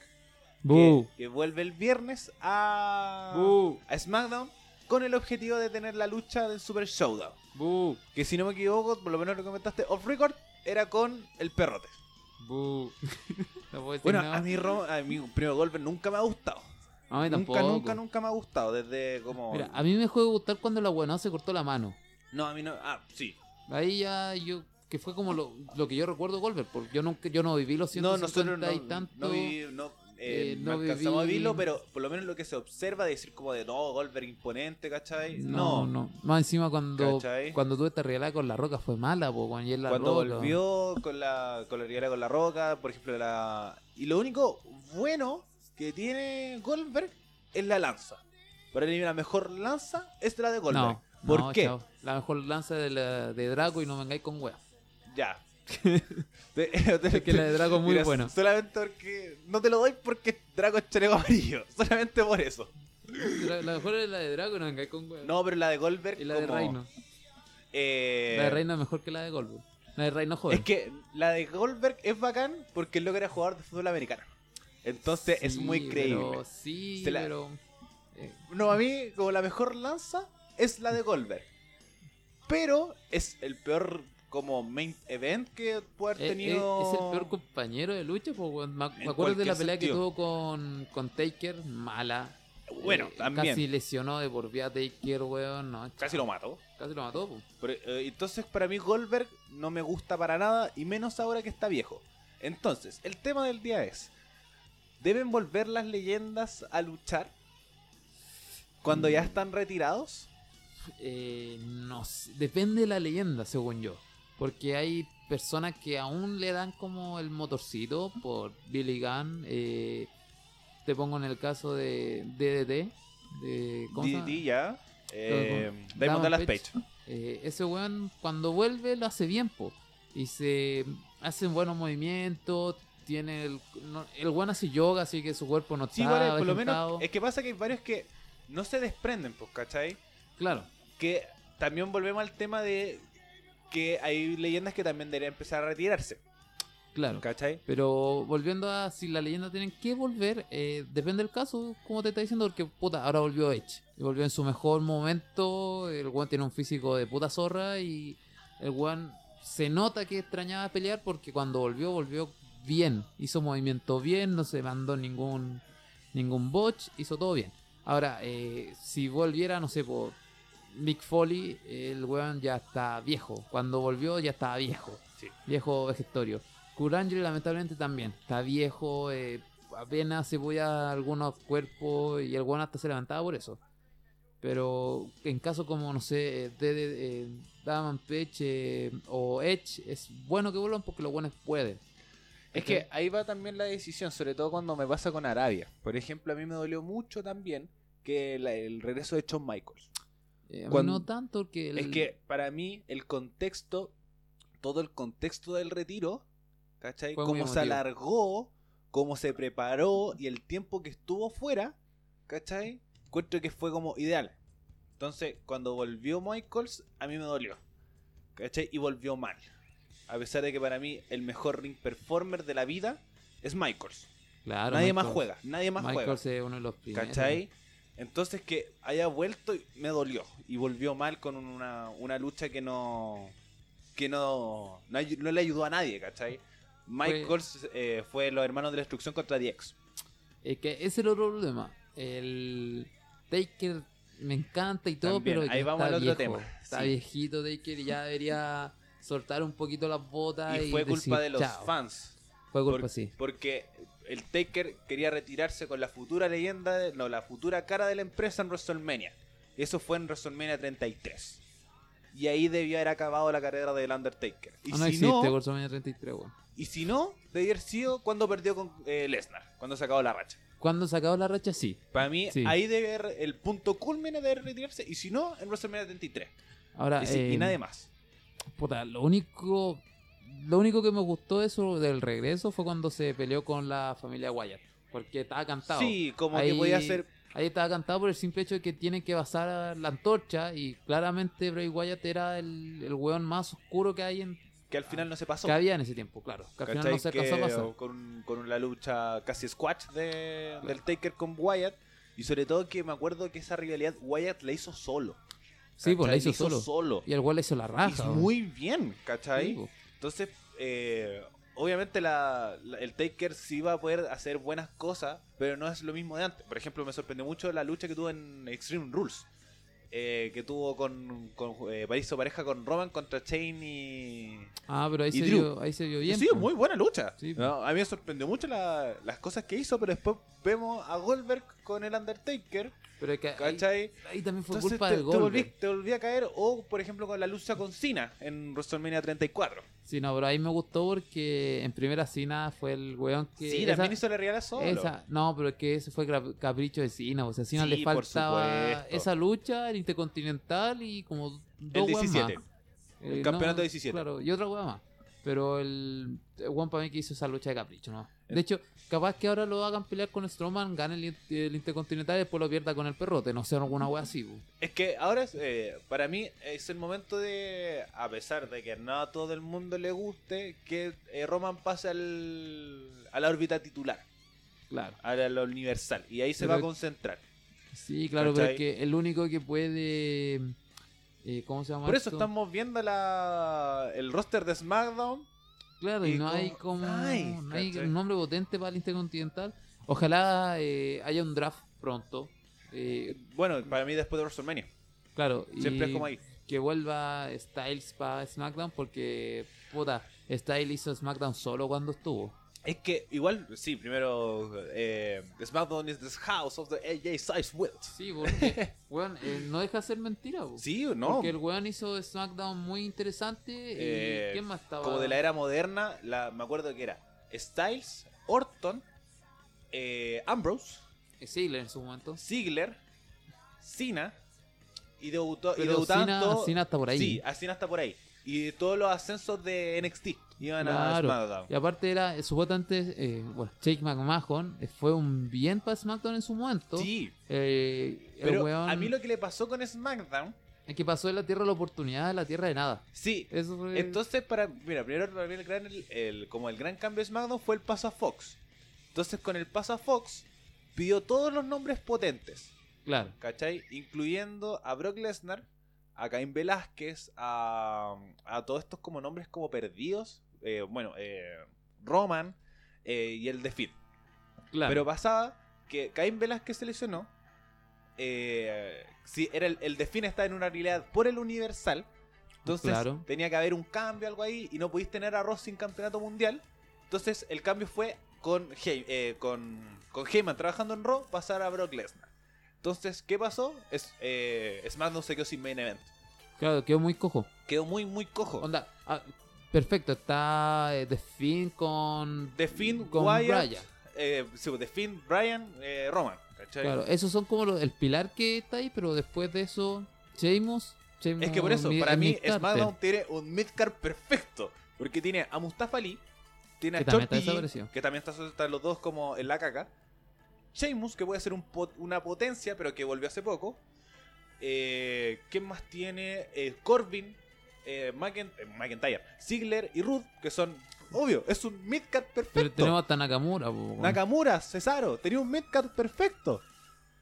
Speaker 2: Bu.
Speaker 1: Que, que vuelve el viernes a,
Speaker 2: Bu.
Speaker 1: a SmackDown con el objetivo de tener la lucha del Super Showdown.
Speaker 2: Bu.
Speaker 1: Que si no me equivoco, por lo menos lo que comentaste off record, era con el perrote.
Speaker 2: Bu. no puedo decir
Speaker 1: Bueno,
Speaker 2: nada.
Speaker 1: a mí, Ro- a mí Primo Golver nunca me ha gustado.
Speaker 2: A mí
Speaker 1: nunca,
Speaker 2: tampoco.
Speaker 1: nunca, nunca me ha gustado. Desde como.
Speaker 2: Mira, a mí me dejó de gustar cuando la buena se cortó la mano.
Speaker 1: No, a mí no. Ah, sí.
Speaker 2: Ahí ya yo. Que fue como lo, lo que yo recuerdo de Goldberg. Porque yo, nunca, yo no viví los
Speaker 1: No,
Speaker 2: 150
Speaker 1: nosotros no,
Speaker 2: y tanto.
Speaker 1: no vivi- no, eh,
Speaker 2: eh,
Speaker 1: no
Speaker 2: no
Speaker 1: alcanzamos a
Speaker 2: vivi-
Speaker 1: vivirlo, pero por lo menos lo que se observa de decir como de no, Golver imponente, ¿cachai?
Speaker 2: No, no. Más encima cuando,
Speaker 1: ¿Cachai?
Speaker 2: cuando tuve esta realidad con la roca fue mala, po, weón, y es la
Speaker 1: Cuando
Speaker 2: Roca.
Speaker 1: volvió con la con la rivalidad con la roca, por ejemplo, la y lo único bueno que tiene Goldberg es la lanza. Para mí la mejor lanza es la de Goldberg.
Speaker 2: No,
Speaker 1: ¿Por
Speaker 2: no,
Speaker 1: qué?
Speaker 2: chao. La mejor lanza de, la- de Draco y no vengáis con wea.
Speaker 1: Ya. Te- te-
Speaker 2: que la de Drago es muy
Speaker 1: mira,
Speaker 2: buena.
Speaker 1: Solamente porque no te lo doy porque Drago es chaleco amarillo, solamente por eso.
Speaker 2: La, la mejor es la de Draco y no vengáis con wea.
Speaker 1: No, pero la de Goldberg
Speaker 2: y la de
Speaker 1: como,
Speaker 2: Reino.
Speaker 1: eh,
Speaker 2: La de Reino es mejor que la de Goldberg. La de Reino joven.
Speaker 1: Es que la de Goldberg es bacán porque el loco era jugador de fútbol americano. Entonces es muy creíble.
Speaker 2: Pero, sí,
Speaker 1: Se la-
Speaker 2: pero. eh,
Speaker 1: No, a mí como la mejor lanza es la de Goldberg. Pero es el peor como main event que puede haber
Speaker 2: eh,
Speaker 1: tenido.
Speaker 2: Es, el peor compañero de lucha, po, weón. Me, ac-
Speaker 1: En
Speaker 2: me acuerdo de la
Speaker 1: cualquier
Speaker 2: pelea que
Speaker 1: sentido.
Speaker 2: tuvo con, con Taker, mala.
Speaker 1: Bueno,
Speaker 2: Eh,
Speaker 1: también.
Speaker 2: Casi
Speaker 1: Casi,
Speaker 2: lesionó de por vía a Taker, weón. No,
Speaker 1: lo mato.
Speaker 2: casi lo mató, pues. po.
Speaker 1: Pero, eh, entonces para mí Goldberg no me gusta para nada y menos ahora que está viejo. Entonces, el tema del día es, ¿deben volver las leyendas a luchar cuando
Speaker 2: Mm.
Speaker 1: ya están retirados?
Speaker 2: Eh, no sé, depende de la leyenda, según yo. Porque hay personas que aún le dan como el motorcito por Billy Gunn. eh, te pongo en el caso de DDT. De, ¿cómo se llama?
Speaker 1: DDT ya. Eh, Diamond
Speaker 2: Diamond
Speaker 1: Dallas Page.
Speaker 2: Page. Eh, ese weón cuando vuelve lo hace bien, po. Y se hacen buenos movimientos. Tiene el, no- el weón hace yoga, así que su cuerpo no está
Speaker 1: Sí, vale, por lo
Speaker 2: desgastado.
Speaker 1: menos... Es que pasa que hay varios que no se desprenden, pues, ¿cachai?
Speaker 2: Claro.
Speaker 1: Que también volvemos al tema de que hay leyendas que también deberían empezar a retirarse,
Speaker 2: Claro.
Speaker 1: ¿cachai?
Speaker 2: Pero volviendo a si la leyenda tienen que volver, eh, depende del caso, como te está diciendo, porque puta, ahora volvió Edge. Y volvió en su mejor momento, el weón tiene un físico de puta zorra y el weón se nota que extrañaba pelear porque cuando volvió, volvió bien. Hizo movimiento bien, no se mandó ningún, ningún botch, hizo todo bien. Ahora, eh, si volviera, no sé, por Mick Foley, el weón ya está viejo. Cuando volvió ya estaba viejo.
Speaker 1: Sí.
Speaker 2: Viejo vegetorio. Curangelo lamentablemente también. Está viejo, eh, apenas se voya algunos cuerpos y el weón hasta se levantaba por eso. Pero en caso como, no sé, eh, de, Daman Page eh, o Edge, es bueno que vuelvan porque los buenos pueden.
Speaker 1: Es
Speaker 2: ¿Cachai?
Speaker 1: que ahí va también la decisión, sobre todo cuando me pasa con Arabia. Por ejemplo, a mí me dolió mucho también que la- el regreso de Shawn Michaels.
Speaker 2: Eh, a mí
Speaker 1: Cuan-
Speaker 2: no tanto que... el-
Speaker 1: Es que para mí el contexto, todo el contexto del retiro, ¿cachai?
Speaker 2: Fue muy
Speaker 1: cómo se
Speaker 2: emotivo.
Speaker 1: alargó, cómo se preparó y el tiempo que estuvo fuera, ¿cachai? Encuentro que fue como ideal. Entonces, cuando volvió Michaels, a mí me dolió. ¿Cachai? Y volvió mal. A pesar de que para mí el mejor ring performer de la vida es Michaels.
Speaker 2: Claro,
Speaker 1: nadie
Speaker 2: Michael-
Speaker 1: más juega, nadie más juega.
Speaker 2: Michael es uno de los primeros.
Speaker 1: ¿Cachai? Entonces que haya vuelto y me dolió. Y volvió mal con una, una lucha que no. que no, no. ayu- no le ayudó a nadie, ¿cachai? Michaels eh, fue los hermanos de la destrucción contra DX.
Speaker 2: Es que ese es el otro problema. El Taker me encanta y todo,
Speaker 1: También,
Speaker 2: pero
Speaker 1: ahí
Speaker 2: ya
Speaker 1: vamos
Speaker 2: está
Speaker 1: al otro
Speaker 2: viejo.
Speaker 1: tema,
Speaker 2: Está
Speaker 1: sí.
Speaker 2: viejito Taker y ya debería soltar un poquito las botas. Y,
Speaker 1: y fue
Speaker 2: decir
Speaker 1: culpa de los
Speaker 2: chao.
Speaker 1: fans.
Speaker 2: Fue culpa,
Speaker 1: Por-
Speaker 2: sí.
Speaker 1: Porque el Taker quería retirarse con la futura leyenda, de- no, la futura cara de la empresa en WrestleMania. Eso fue en WrestleMania 33. Y ahí debió haber acabado la carrera del Undertaker. Y
Speaker 2: Ah, no
Speaker 1: si
Speaker 2: existe
Speaker 1: no,
Speaker 2: WrestleMania 33, weón.
Speaker 1: Y si no, debe haber sido cuando perdió con eh, Lesnar, cuando se acabó la racha.
Speaker 2: Cuando se acabó la racha, sí.
Speaker 1: Para mí,
Speaker 2: Sí.
Speaker 1: ahí debe haber el punto culmine de retirarse. Y si no, en WrestleMania 33.
Speaker 2: Ahora,
Speaker 1: Y, sí, y
Speaker 2: eh,
Speaker 1: nadie más.
Speaker 2: puta, lo único, lo único que me gustó eso del regreso fue cuando se peleó con la familia Wyatt. Porque estaba cantado.
Speaker 1: Sí, como
Speaker 2: Ahí-
Speaker 1: que podía ser.
Speaker 2: Ahí estaba cantado por el simple hecho de que tienen que basar la antorcha y claramente Bray Wyatt era el, el weón más oscuro que hay en,
Speaker 1: Que al final no se pasó.
Speaker 2: que había en ese tiempo, claro. Que al final no se
Speaker 1: ¿Cachai?
Speaker 2: alcanzó a
Speaker 1: Que
Speaker 2: pasar.
Speaker 1: Con, con la lucha casi squash de- del Taker con Wyatt. Y sobre todo que me acuerdo que esa rivalidad Wyatt la hizo solo.
Speaker 2: Sí, pues la
Speaker 1: ¿cachai?
Speaker 2: hizo solo. Y el weón le hizo la
Speaker 1: Y
Speaker 2: raja. weón.
Speaker 1: muy bien, ¿cachai?
Speaker 2: Sí, pues. po.
Speaker 1: Entonces, eh, obviamente la, la- el Taker sí va a poder hacer buenas cosas, pero no es lo mismo de antes. Por ejemplo, me sorprendió mucho la lucha que tuvo en Extreme Rules. eh, que tuvo con, con eh, hizo pareja con Roman contra Chain y...
Speaker 2: Ah, pero ahí
Speaker 1: Y
Speaker 2: se,
Speaker 1: Drew.
Speaker 2: vio, ahí se vio bien.
Speaker 1: Sí,
Speaker 2: po.
Speaker 1: muy buena lucha.
Speaker 2: Sí. pues.
Speaker 1: No, a mí me sorprendió mucho la- las cosas que hizo, pero después vemos a Goldberg con el Undertaker,
Speaker 2: Pero es que ahí,
Speaker 1: ¿cachai?
Speaker 2: ahí también fue
Speaker 1: Entonces
Speaker 2: culpa
Speaker 1: te,
Speaker 2: del
Speaker 1: te volví,
Speaker 2: gol.
Speaker 1: te volví a caer, o por ejemplo con la lucha con Cena en WrestleMania 34.
Speaker 2: Sí, no, pero ahí me gustó porque en primera Cina fue el weón que.
Speaker 1: sí,
Speaker 2: esa-
Speaker 1: también hizo la regala solo.
Speaker 2: Esa, no, pero es que ese fue gra- capricho de Cina. O sea, a Cina
Speaker 1: Sí,
Speaker 2: le
Speaker 1: por
Speaker 2: faltaba
Speaker 1: supuesto.
Speaker 2: esa lucha, el Intercontinental y como dos
Speaker 1: el
Speaker 2: weas
Speaker 1: 17.
Speaker 2: más.
Speaker 1: El
Speaker 2: Eh,
Speaker 1: campeonato
Speaker 2: no,
Speaker 1: 17.
Speaker 2: Claro, y otra wea más. Pero el el weón para mí que hizo esa lucha de capricho, ¿no? De hecho, capaz que ahora lo hagan pelear con Strowman, gane el, el Intercontinental y después lo pierda con el perrote. No sé, alguna wea así. bu.
Speaker 1: Es que ahora, es, eh, para mí, es el momento de, a pesar de que no a todo el mundo le guste, que eh, Roman pase al, a la órbita titular,
Speaker 2: Claro.
Speaker 1: a la, a la universal, y ahí se
Speaker 2: Pero-
Speaker 1: va a concentrar.
Speaker 2: Sí, claro, pero es
Speaker 1: ¿Cachai?
Speaker 2: que el único que puede. eh, ¿Cómo se llama?
Speaker 1: Por eso
Speaker 2: esto?
Speaker 1: estamos viendo la, el roster de SmackDown.
Speaker 2: Claro, y
Speaker 1: y
Speaker 2: no
Speaker 1: como-
Speaker 2: hay como.
Speaker 1: Ay,
Speaker 2: no hay
Speaker 1: ¿cachai?
Speaker 2: un nombre potente para el Intercontinental. Ojalá eh, haya un draft pronto. Eh,
Speaker 1: Bueno, para mí después de WrestleMania.
Speaker 2: claro,
Speaker 1: Siempre
Speaker 2: y
Speaker 1: es como ahí.
Speaker 2: que vuelva Styles para SmackDown porque, puta, Styles hizo SmackDown solo cuando estuvo.
Speaker 1: Es que igual, sí, primero eh, SmackDown is the house of the AJ Styles world.
Speaker 2: Sí, porque, weón, eh, no deja de ser mentira, bu.
Speaker 1: Sí, no.
Speaker 2: Porque el weón hizo SmackDown muy interesante. y
Speaker 1: Eh,
Speaker 2: ¿Quién más estaba?
Speaker 1: como de la era moderna, la, me acuerdo que era Styles, Orton, eh, Ambrose,
Speaker 2: Ziggler Eh, en su momento.
Speaker 1: Ziggler, Cena y, debutó, y
Speaker 2: Pero
Speaker 1: debutando.
Speaker 2: Cena- Cena está por ahí.
Speaker 1: Sí, a Cena está por ahí. Y todos los ascensos de NXT iban
Speaker 2: Claro.
Speaker 1: a SmackDown.
Speaker 2: Y aparte era, eh, supuestamente, eh, bueno, Jake McMahon eh, fue un bien para SmackDown en su momento.
Speaker 1: Sí,
Speaker 2: Eh, el
Speaker 1: pero
Speaker 2: weón-
Speaker 1: a mí lo que le pasó con SmackDown,
Speaker 2: Es que pasó de la tierra de la oportunidad a la tierra de nada.
Speaker 1: sí.
Speaker 2: Eso fue...
Speaker 1: Entonces, para, mira, primero para mí el gran, el- el- como el gran cambio de SmackDown fue el paso a Fox. Entonces, con el paso a Fox, pidió todos los nombres potentes.
Speaker 2: Claro.
Speaker 1: ¿cachai? Incluyendo a Brock Lesnar, a Caín Velázquez, a, a todos estos como nombres como perdidos, eh, bueno, eh, Roman eh, y el de Fit.
Speaker 2: claro.
Speaker 1: Pero pasaba que Caín Velázquez se lesionó, eh, sí, era el, el de Finn está en una realidad por el Universal, entonces
Speaker 2: Claro.
Speaker 1: tenía que haber un cambio, algo ahí, y no podías tener a Ross sin campeonato mundial, entonces el cambio fue con, Hey- eh, con, con Heyman trabajando en Raw, pasar a Brock Lesnar. Entonces, ¿qué pasó? Es, eh, SmackDown se quedó sin main event.
Speaker 2: Claro, quedó muy cojo.
Speaker 1: Quedó muy, muy cojo.
Speaker 2: Onda, ah, perfecto, está eh, The Finn con...
Speaker 1: The Finn,
Speaker 2: con
Speaker 1: Wyatt,
Speaker 2: Bryan.
Speaker 1: eh, sí, The Finn, Brian, Roman. ¿cachai?
Speaker 2: Claro, esos son como los- el pilar que está ahí, pero después de eso, Sheamus...
Speaker 1: Es que por
Speaker 2: Mm,
Speaker 1: eso, para mí, SmackDown tiene un midcard perfecto. Porque tiene a Mustafa Lee, tiene
Speaker 2: Que
Speaker 1: a
Speaker 2: también
Speaker 1: Shorty,
Speaker 2: está desaparecido.
Speaker 1: que también está- están los dos como en la caca. Sheamus, que puede ser un pot- una potencia, pero que volvió hace poco. Eh, ¿Quién más tiene? Eh, Corbin, eh, Macken- eh, McIntyre, Ziggler y Ruth, que son, obvio, es un midcard
Speaker 2: Pero
Speaker 1: perfecto.
Speaker 2: tenemos hasta Nakamura. po, weón.
Speaker 1: Nakamura, Cesaro, tenía un midcard perfecto.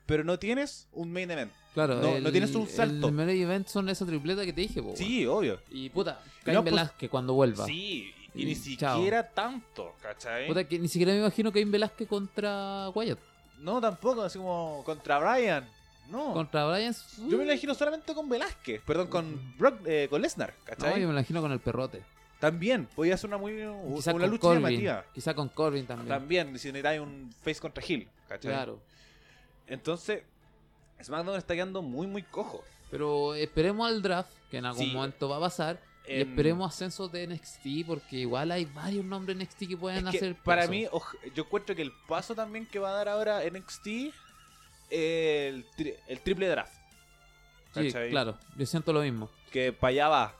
Speaker 1: Pero no tienes un main event.
Speaker 2: Claro,
Speaker 1: No, no tienes un salto.
Speaker 2: El main event son esa tripleta que te dije, po, weón.
Speaker 1: Sí, obvio.
Speaker 2: Y puta,
Speaker 1: Y no,
Speaker 2: Cain
Speaker 1: pues-
Speaker 2: Velázquez cuando vuelva.
Speaker 1: Sí, eh. y, ni
Speaker 2: Y chao.
Speaker 1: siquiera tanto, ¿cachai?
Speaker 2: Puta, que ni siquiera me imagino Cain Velázquez contra Wyatt.
Speaker 1: No, tampoco, así como contra Brian. No.
Speaker 2: Contra Brian.
Speaker 1: Yo me lo imagino solamente con Velázquez, perdón, con Brock, eh, con Lesnar,
Speaker 2: uh, No,
Speaker 1: ¿cachai?
Speaker 2: yo me lo imagino con el perrote.
Speaker 1: También, podía ser una muy
Speaker 2: Quizá
Speaker 1: una
Speaker 2: con
Speaker 1: Uh, lucha
Speaker 2: Corbin.
Speaker 1: llamativa.
Speaker 2: Quizá con Corbin también.
Speaker 1: También, si necesitáis un face contra heel, ¿cachai?
Speaker 2: Claro.
Speaker 1: Entonces, SmackDown está quedando muy, muy cojo.
Speaker 2: Pero esperemos al draft, que en algún
Speaker 1: Sí. Em,
Speaker 2: momento va a pasar. Y
Speaker 1: En-
Speaker 2: esperemos ascensos de NXT, porque igual hay varios nombres NXT que pueden
Speaker 1: Es que
Speaker 2: hacer.
Speaker 1: para
Speaker 2: paso.
Speaker 1: mí, oj- yo encuentro que el paso también que va a dar ahora NXT, eh, el, tri- el triple draft.
Speaker 2: Sí,
Speaker 1: ¿Cachai?
Speaker 2: claro, yo siento lo mismo.
Speaker 1: Que para allá va.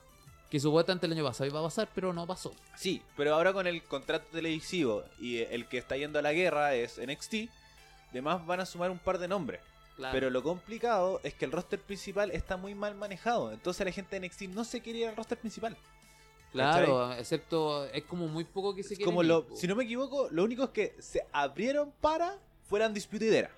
Speaker 2: Que supuestamente el año pasado iba a pasar, pero no pasó.
Speaker 1: Sí, pero ahora con el contrato televisivo y el que está yendo a la guerra es NXT, además van a sumar un par de nombres.
Speaker 2: Claro.
Speaker 1: Pero lo complicado es que el roster principal está muy mal manejado. Entonces la gente de NXT no se quiere ir al roster principal.
Speaker 2: Claro, excepto es como muy poco que se
Speaker 1: Es
Speaker 2: quiere. Oh.
Speaker 1: como lo, si no me equivoco, lo único es que se abrieron para fueran disputidera.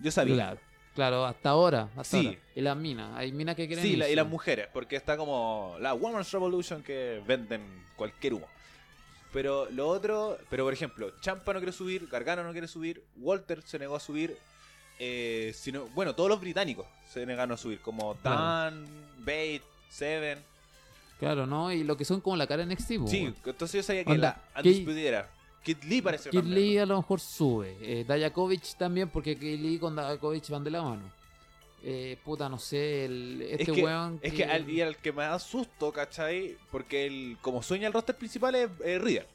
Speaker 1: Yo sabía.
Speaker 2: Claro, claro, hasta ahora. Hasta
Speaker 1: Sí.
Speaker 2: ahora. Y las minas, hay minas que quieren.
Speaker 1: Sí, la- y las
Speaker 2: irse.
Speaker 1: mujeres, porque está como la Women's Revolution que venden cualquier humo. Pero lo otro, pero por ejemplo, Champa no quiere subir, Gargano no quiere subir, Walter se negó a subir, eh, sino, bueno, todos los británicos se negaron a subir, como
Speaker 2: Claro.
Speaker 1: Dan, Bate, Seven.
Speaker 2: Claro, ¿no? Y lo que son como la cara en Extivo.
Speaker 1: Sí, entonces yo sabía que
Speaker 2: Onda,
Speaker 1: la
Speaker 2: ¿qué-
Speaker 1: Undisputed era. Kid Lee parece
Speaker 2: Kid
Speaker 1: también.
Speaker 2: Lee a lo mejor sube. Eh, Dayakovic también, porque Kid Lee con Dayakovic van de la mano. Eh, puta, no sé, el, este
Speaker 1: es que,
Speaker 2: weón.
Speaker 1: es que al, y al que me da susto, ¿cachai? Porque el, como sueña el roster principal es eh, Riddle,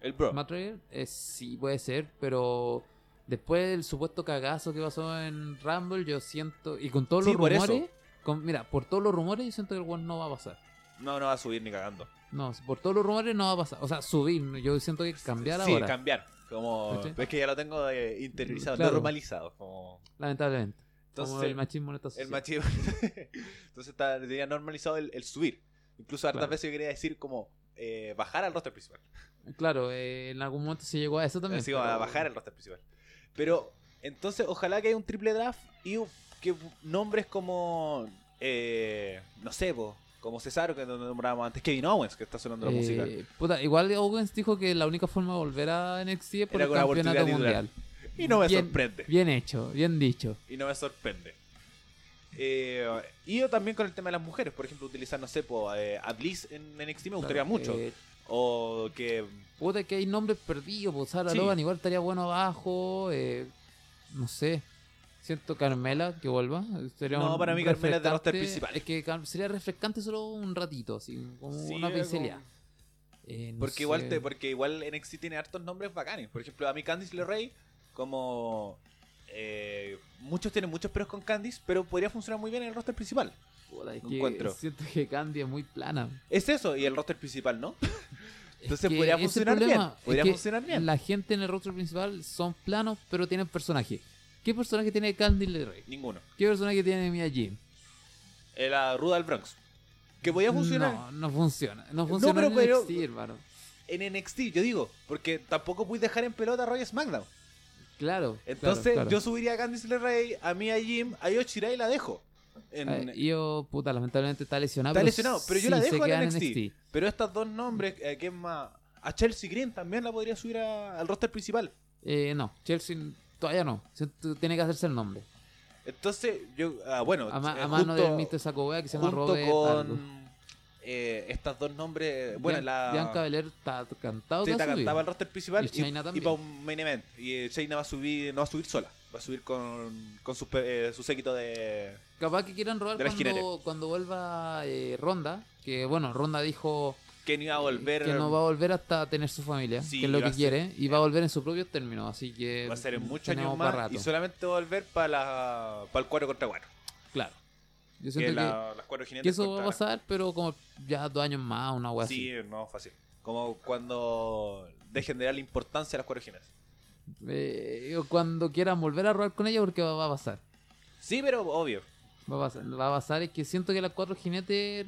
Speaker 1: el bro.
Speaker 2: Matt Riddle, eh, sí, puede ser, pero después del supuesto cagazo que pasó en Rumble, yo siento. Y con todos
Speaker 1: Sí,
Speaker 2: los
Speaker 1: por eso.
Speaker 2: rumores. Con, mira, por todos los rumores, yo siento que el weón no va a pasar.
Speaker 1: No, no va a subir ni cagando.
Speaker 2: No, por todos los rumores no va a pasar. O sea, subir, yo siento que cambiar
Speaker 1: sí,
Speaker 2: ahora,
Speaker 1: cambiar. Como,
Speaker 2: ¿Cachai?
Speaker 1: es que ya lo tengo eh, interiorizado,
Speaker 2: Claro.
Speaker 1: normalizado. Como,
Speaker 2: lamentablemente.
Speaker 1: entonces,
Speaker 2: como el machismo en esta
Speaker 1: el
Speaker 2: sociedad.
Speaker 1: machismo. entonces está, tenía normalizado el, el subir. Incluso hartas
Speaker 2: Claro.
Speaker 1: veces yo quería decir como eh, bajar al roster principal.
Speaker 2: Claro, eh, en algún momento se llegó a eso también.
Speaker 1: Así como a
Speaker 2: pero-
Speaker 1: bajar al roster principal. Pero entonces, ojalá que haya un triple draft y u- que nombres como. eh, no sé, po, como Cesaro, que nombrábamos antes, Kevin Owens, que está sonando la
Speaker 2: Eh,
Speaker 1: música.
Speaker 2: puta, igual Owens dijo que la única forma de volver a NXT es por
Speaker 1: Era
Speaker 2: el
Speaker 1: con la oportunidad
Speaker 2: campeonato
Speaker 1: titular.
Speaker 2: mundial.
Speaker 1: Y no me
Speaker 2: bien-
Speaker 1: sorprende.
Speaker 2: Bien hecho, bien dicho.
Speaker 1: y no me sorprende. Eh, y yo también con el tema de las mujeres, por ejemplo, utilizar, no sé, po, eh, a Bliss en NXT me gustaría
Speaker 2: Claro,
Speaker 1: mucho.
Speaker 2: eh,
Speaker 1: O que.
Speaker 2: puta, que hay nombres perdidos. Pues Sara
Speaker 1: Sí.
Speaker 2: Logan igual estaría bueno abajo. eh, no sé. Siento Carmela que vuelva. Sería
Speaker 1: No,
Speaker 2: un-
Speaker 1: para mí
Speaker 2: un
Speaker 1: Carmela es de roster
Speaker 2: refrescante.
Speaker 1: principal.
Speaker 2: Es que Car- sería refrescante solo un ratito, así, como
Speaker 1: Sí,
Speaker 2: una
Speaker 1: eh,
Speaker 2: pincelada.
Speaker 1: como-
Speaker 2: Eh, no
Speaker 1: Porque igual,
Speaker 2: sé.
Speaker 1: te, porque igual NXT tiene hartos nombres bacanes. Por ejemplo, a mí Candice LeRae, como. eh, muchos tienen muchos peros con Candice, pero podría funcionar muy bien en el roster principal.
Speaker 2: Puta, es
Speaker 1: no
Speaker 2: que
Speaker 1: encuentro.
Speaker 2: Siento que Candy es muy plana.
Speaker 1: Es eso, y el roster principal, ¿no? Entonces
Speaker 2: que
Speaker 1: podría
Speaker 2: ese
Speaker 1: funcionar
Speaker 2: problema
Speaker 1: bien.
Speaker 2: es
Speaker 1: Podría
Speaker 2: que
Speaker 1: funcionar bien.
Speaker 2: La gente en el roster principal son planos, pero tienen personajes. ¿Qué personaje tiene Candy LeRae?
Speaker 1: Ninguno.
Speaker 2: ¿Qué personaje tiene Mia Jim?
Speaker 1: Eh, La ruda del Bronx. Que podía funcionar.
Speaker 2: No, no funciona. No funciona
Speaker 1: pero-
Speaker 2: en
Speaker 1: pero-
Speaker 2: NXT, hermano.
Speaker 1: en NXT, yo digo, porque tampoco pude dejar en pelota a Roy SmackDown.
Speaker 2: Claro.
Speaker 1: Entonces,
Speaker 2: claro, claro.
Speaker 1: yo subiría a Candice LeRae, a mí a Jim, a Yoshira y la dejo. En-
Speaker 2: Eh, Io, puta, lamentablemente está lesionado.
Speaker 1: Está lesionado, pero yo la dejo en NXT.
Speaker 2: NXT.
Speaker 1: Pero estos dos nombres, eh, ¿quién más? A Chelsea Green también la podría subir a- al roster principal.
Speaker 2: Eh, no, Chelsea todavía no. Siento- Tiene que hacerse el nombre.
Speaker 1: Entonces, yo, ah, bueno,
Speaker 2: A, ma-
Speaker 1: eh,
Speaker 2: a mano
Speaker 1: junto-
Speaker 2: del Mr. Sacobea que se llama
Speaker 1: junto
Speaker 2: Robert. algo.
Speaker 1: con eh, estos dos nombres, eh, bueno,
Speaker 2: Bian-
Speaker 1: la...
Speaker 2: Bianca Belair está cantado. que
Speaker 1: Teta
Speaker 2: ha subido.
Speaker 1: cantaba el roster principal
Speaker 2: Y
Speaker 1: y,
Speaker 2: Shayna también.
Speaker 1: para un main event. Y eh, Shayna va a subir, no va a subir sola, va a subir con, con su, pe- eh, su séquito de,
Speaker 2: Capaz que quieran robar
Speaker 1: De las
Speaker 2: cuando,
Speaker 1: jinetes.
Speaker 2: cuando vuelva eh, Ronda, que bueno, Ronda dijo
Speaker 1: que no iba a volver.
Speaker 2: que no va a volver hasta tener su familia,
Speaker 1: Sí,
Speaker 2: que es lo
Speaker 1: va a
Speaker 2: que
Speaker 1: ser-
Speaker 2: quiere, y va a volver en sus propios términos, así que
Speaker 1: va a ser en muchos
Speaker 2: tenemos
Speaker 1: años
Speaker 2: pa'
Speaker 1: más
Speaker 2: rato.
Speaker 1: y solamente va a volver para la para el 4 contra 4.
Speaker 2: Claro. Yo
Speaker 1: Que,
Speaker 2: siento que,
Speaker 1: la- las cuatro
Speaker 2: que
Speaker 1: jinetes
Speaker 2: eso va a
Speaker 1: contra-
Speaker 2: pasar, pero como ya dos años más, una wea
Speaker 1: Sí, no, fácil. Como cuando dejen de darle importancia a las cuatro jinetes.
Speaker 2: así. Eh, o cuando quieran volver a robar con ella, porque va, va a pasar.
Speaker 1: Sí, pero obvio,
Speaker 2: Va a pasar, va a pasar, es que siento que las cuatro jinetes